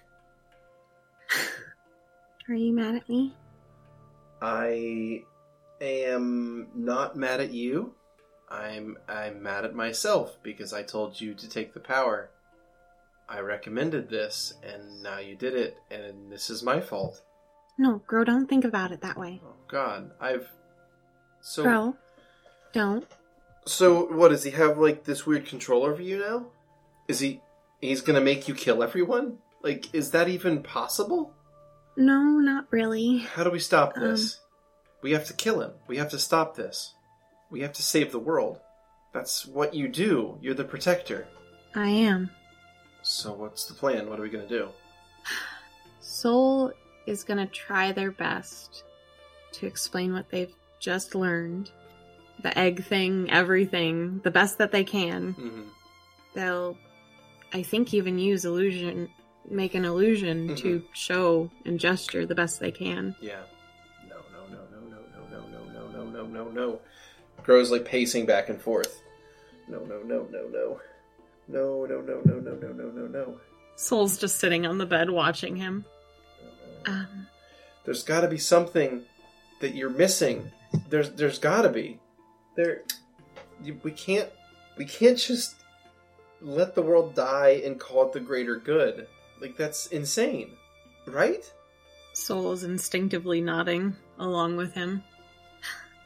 S4: Are you mad at me?
S2: I am not mad at you. I'm I'm mad at myself because I told you to take the power. I recommended this and now you did it and this is my fault.
S4: No, Gro, don't think about it that way.
S2: Oh god, I've so
S4: Gro, don't.
S2: So what does he have like this weird control over you now? Is he he's going to make you kill everyone? Like is that even possible?
S4: No, not really.
S2: How do we stop
S4: Um.
S2: this? we have to kill him. We have to stop this. We have to save the world. That's what you do. You're the protector.
S4: I am.
S2: So what's the plan? What are we going to do?
S3: Soul is going to try their best to explain what they've just learned the egg thing, everything, the best that they can.
S2: Mm-hmm.
S3: They'll, I think, even use illusion, make an illusion to show and gesture the best they can.
S2: Yeah. No, no, no, no, no, no, no, no, no, no, no, no, no. Grows like pacing back and forth. No, no, no, no, no. No, no, no, no, no, no, no, no, no.
S3: Soul's just sitting on the bed watching him.
S4: Um,
S2: There's got to be something that you're missing. There's there's got to be. There you- we can't we can't just let the world die and call it the greater good. Like that's insane. Right?
S3: Soul is instinctively nodding along with him.
S4: *sighs*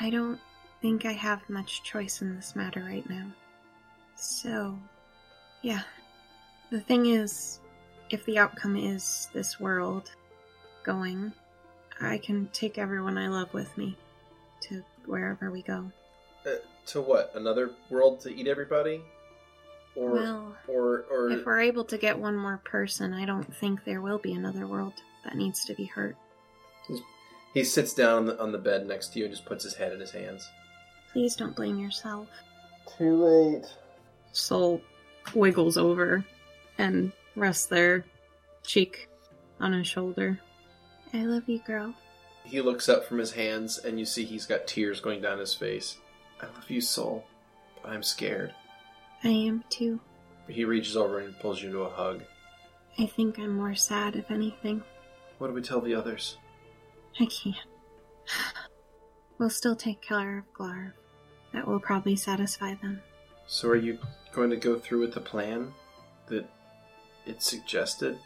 S4: I don't think I have much choice in this matter right now. So, yeah. The thing is, if the outcome is this world going, I can take everyone I love with me to wherever we go.
S2: Uh, to what? Another world to eat everybody? Or
S4: well,
S2: or or
S4: if we're able to get one more person, I don't think there will be another world that needs to be hurt.
S2: he sits down on the, on the bed next to you and just puts his head in his hands.
S4: Please don't blame yourself.
S2: Too late.
S3: Soul wiggles over and rests their cheek on his shoulder.
S4: I love you, girl.
S2: He looks up from his hands, and you see he's got tears going down his face. I love you, soul, but I'm scared.
S4: I am too.
S2: He reaches over and pulls you into a hug.
S4: I think I'm more sad, if anything.
S2: What do we tell the others?
S4: I can't. *sighs* We'll still take care of Glarv. That will probably satisfy them.
S2: So, are you going to go through with the plan that it suggested?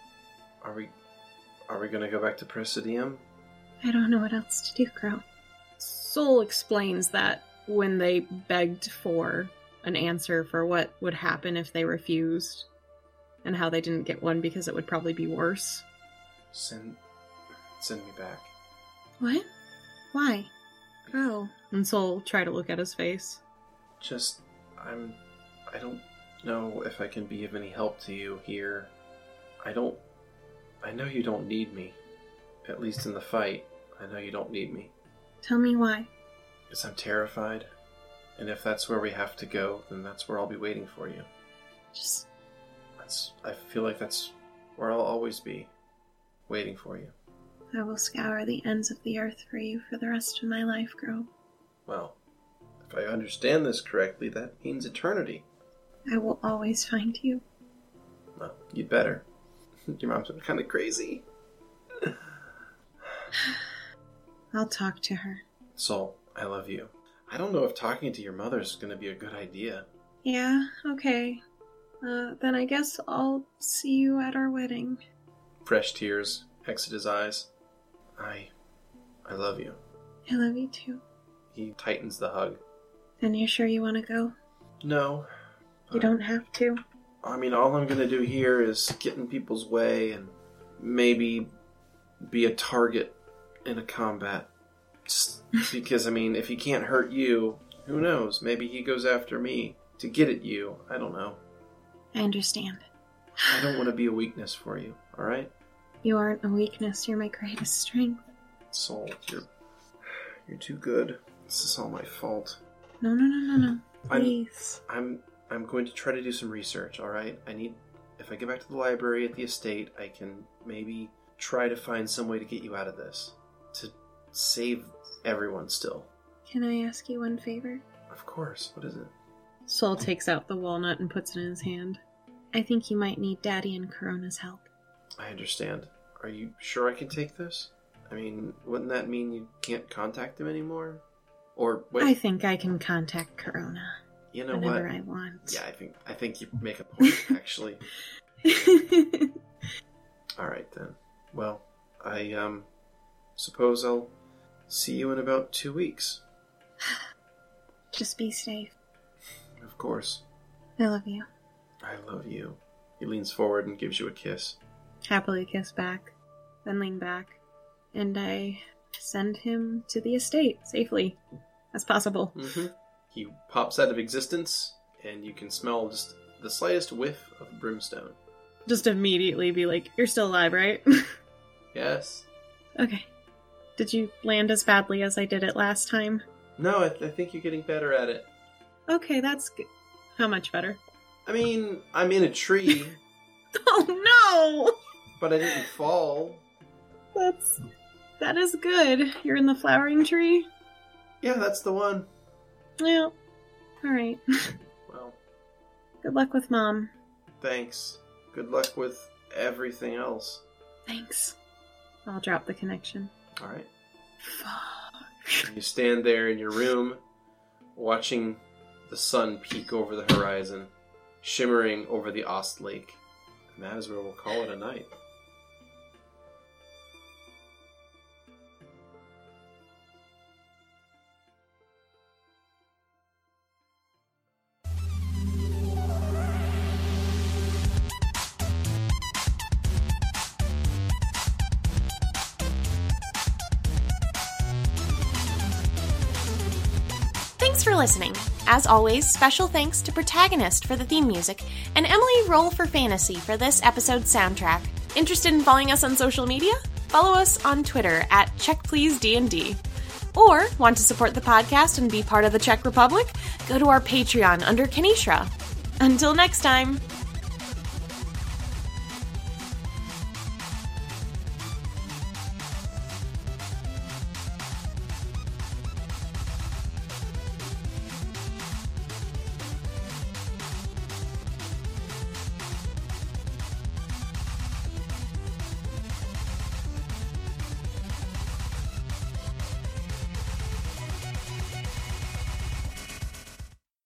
S2: Are we, are we going to go back to Presidium?
S4: I don't know what else to do, girl.
S3: Soul explains that when they begged for an answer for what would happen if they refused and how they didn't get one because it would probably be worse.
S2: Send, send me back.
S4: What? Why? Girl,
S3: And Soul tried to look at his face.
S2: Just, I'm, I don't know if I can be of any help to you here. I don't, I know you don't need me. At least in the fight, I know you don't need me.
S4: tell me why.
S2: Because I'm terrified. And if that's where we have to go, then that's where I'll be waiting for you.
S4: Just
S2: That's, I feel like that's where I'll always be, waiting for you.
S4: I will scour the ends of the earth for you for the rest of my life, girl.
S2: Well, if I understand this correctly, that means eternity.
S4: I will always find you.
S2: Well, you'd better. *laughs* Your mom's kind of crazy.
S4: I'll talk to her.
S2: Soul, I love you. I don't know if talking to your mother is going to be a good idea.
S4: Yeah, okay. Uh, then I guess I'll see you at our wedding.
S2: Fresh tears exit his eyes. I, I love you.
S4: I love you too.
S2: He tightens the hug.
S4: And you're sure you want to go?
S2: No.
S4: You
S2: but-
S4: don't have to.
S2: I mean, all I'm gonna do here is get in people's way and maybe be a target in a combat. s- because I mean, if he can't hurt you, who knows? Maybe he goes after me to get at you. I don't know.
S4: I understand.
S2: I don't want to be a weakness for you. All right,
S4: You aren't a weakness, you're my greatest strength.
S2: soul, you're you're too good. This is all my fault.
S4: No, no, no, no, no.
S2: I'm-
S4: Please.
S2: I'm I'm going to try to do some research, all right? I need if I get back to the library at the estate, I can maybe try to find some way to get you out of this to save everyone still.
S4: Can I ask you one favor?
S2: Of course. What is it?
S3: Saul takes out the walnut and puts it in his hand.
S4: I think you might need Daddy and Corona's help.
S2: I understand. Are you sure I can take this? I mean, wouldn't that mean you can't contact him anymore? Or wait,
S4: I think I can contact Corona
S2: you know what?
S4: whenever I want.
S2: Yeah, I think I think you make
S4: *laughs*
S2: a point actually.
S3: *laughs*
S2: All right then. Well, I um suppose I'll see you in about 2 weeks.
S4: Just be safe.
S2: Of course.
S4: I love you.
S2: I love you. He leans forward and gives you a kiss.
S3: Happily kiss back, then lean back, and I send him to the estate safely as possible.
S2: Mm-hmm. He pops out of existence, and you can smell just the slightest whiff of brimstone.
S3: Just immediately be like, You're still alive, right? *laughs*
S2: Yes.
S3: okay. Did you land as badly as I did it last time?
S2: No, I, I think you're getting better at it.
S3: Okay, that's good. How much better? *laughs*
S2: I mean, I'm in a *laughs* tree,
S3: Oh
S2: but I didn't fall.
S3: no! That's. That is good. You're in the flowering tree?
S2: Yeah, that's the one.
S3: Well, alright.
S2: Well,
S3: Good luck with mom.
S2: thanks. Good luck with everything else.
S3: Thanks. I'll drop the connection.
S2: All right. You stand there in your room, watching the sun peek over the horizon, shimmering over the Ost Lake. And that is where we'll call it a night.
S1: Thanks for listening. As always, special thanks to Protagonist for the theme music and Emily Roll for Fantasy for this episode's soundtrack. Interested in following us on social media? Follow us on Twitter at CheckPleaseDND. Or want to support the podcast and be part of the Czech Republic? Go to our Patreon under Kanishra. Until next time.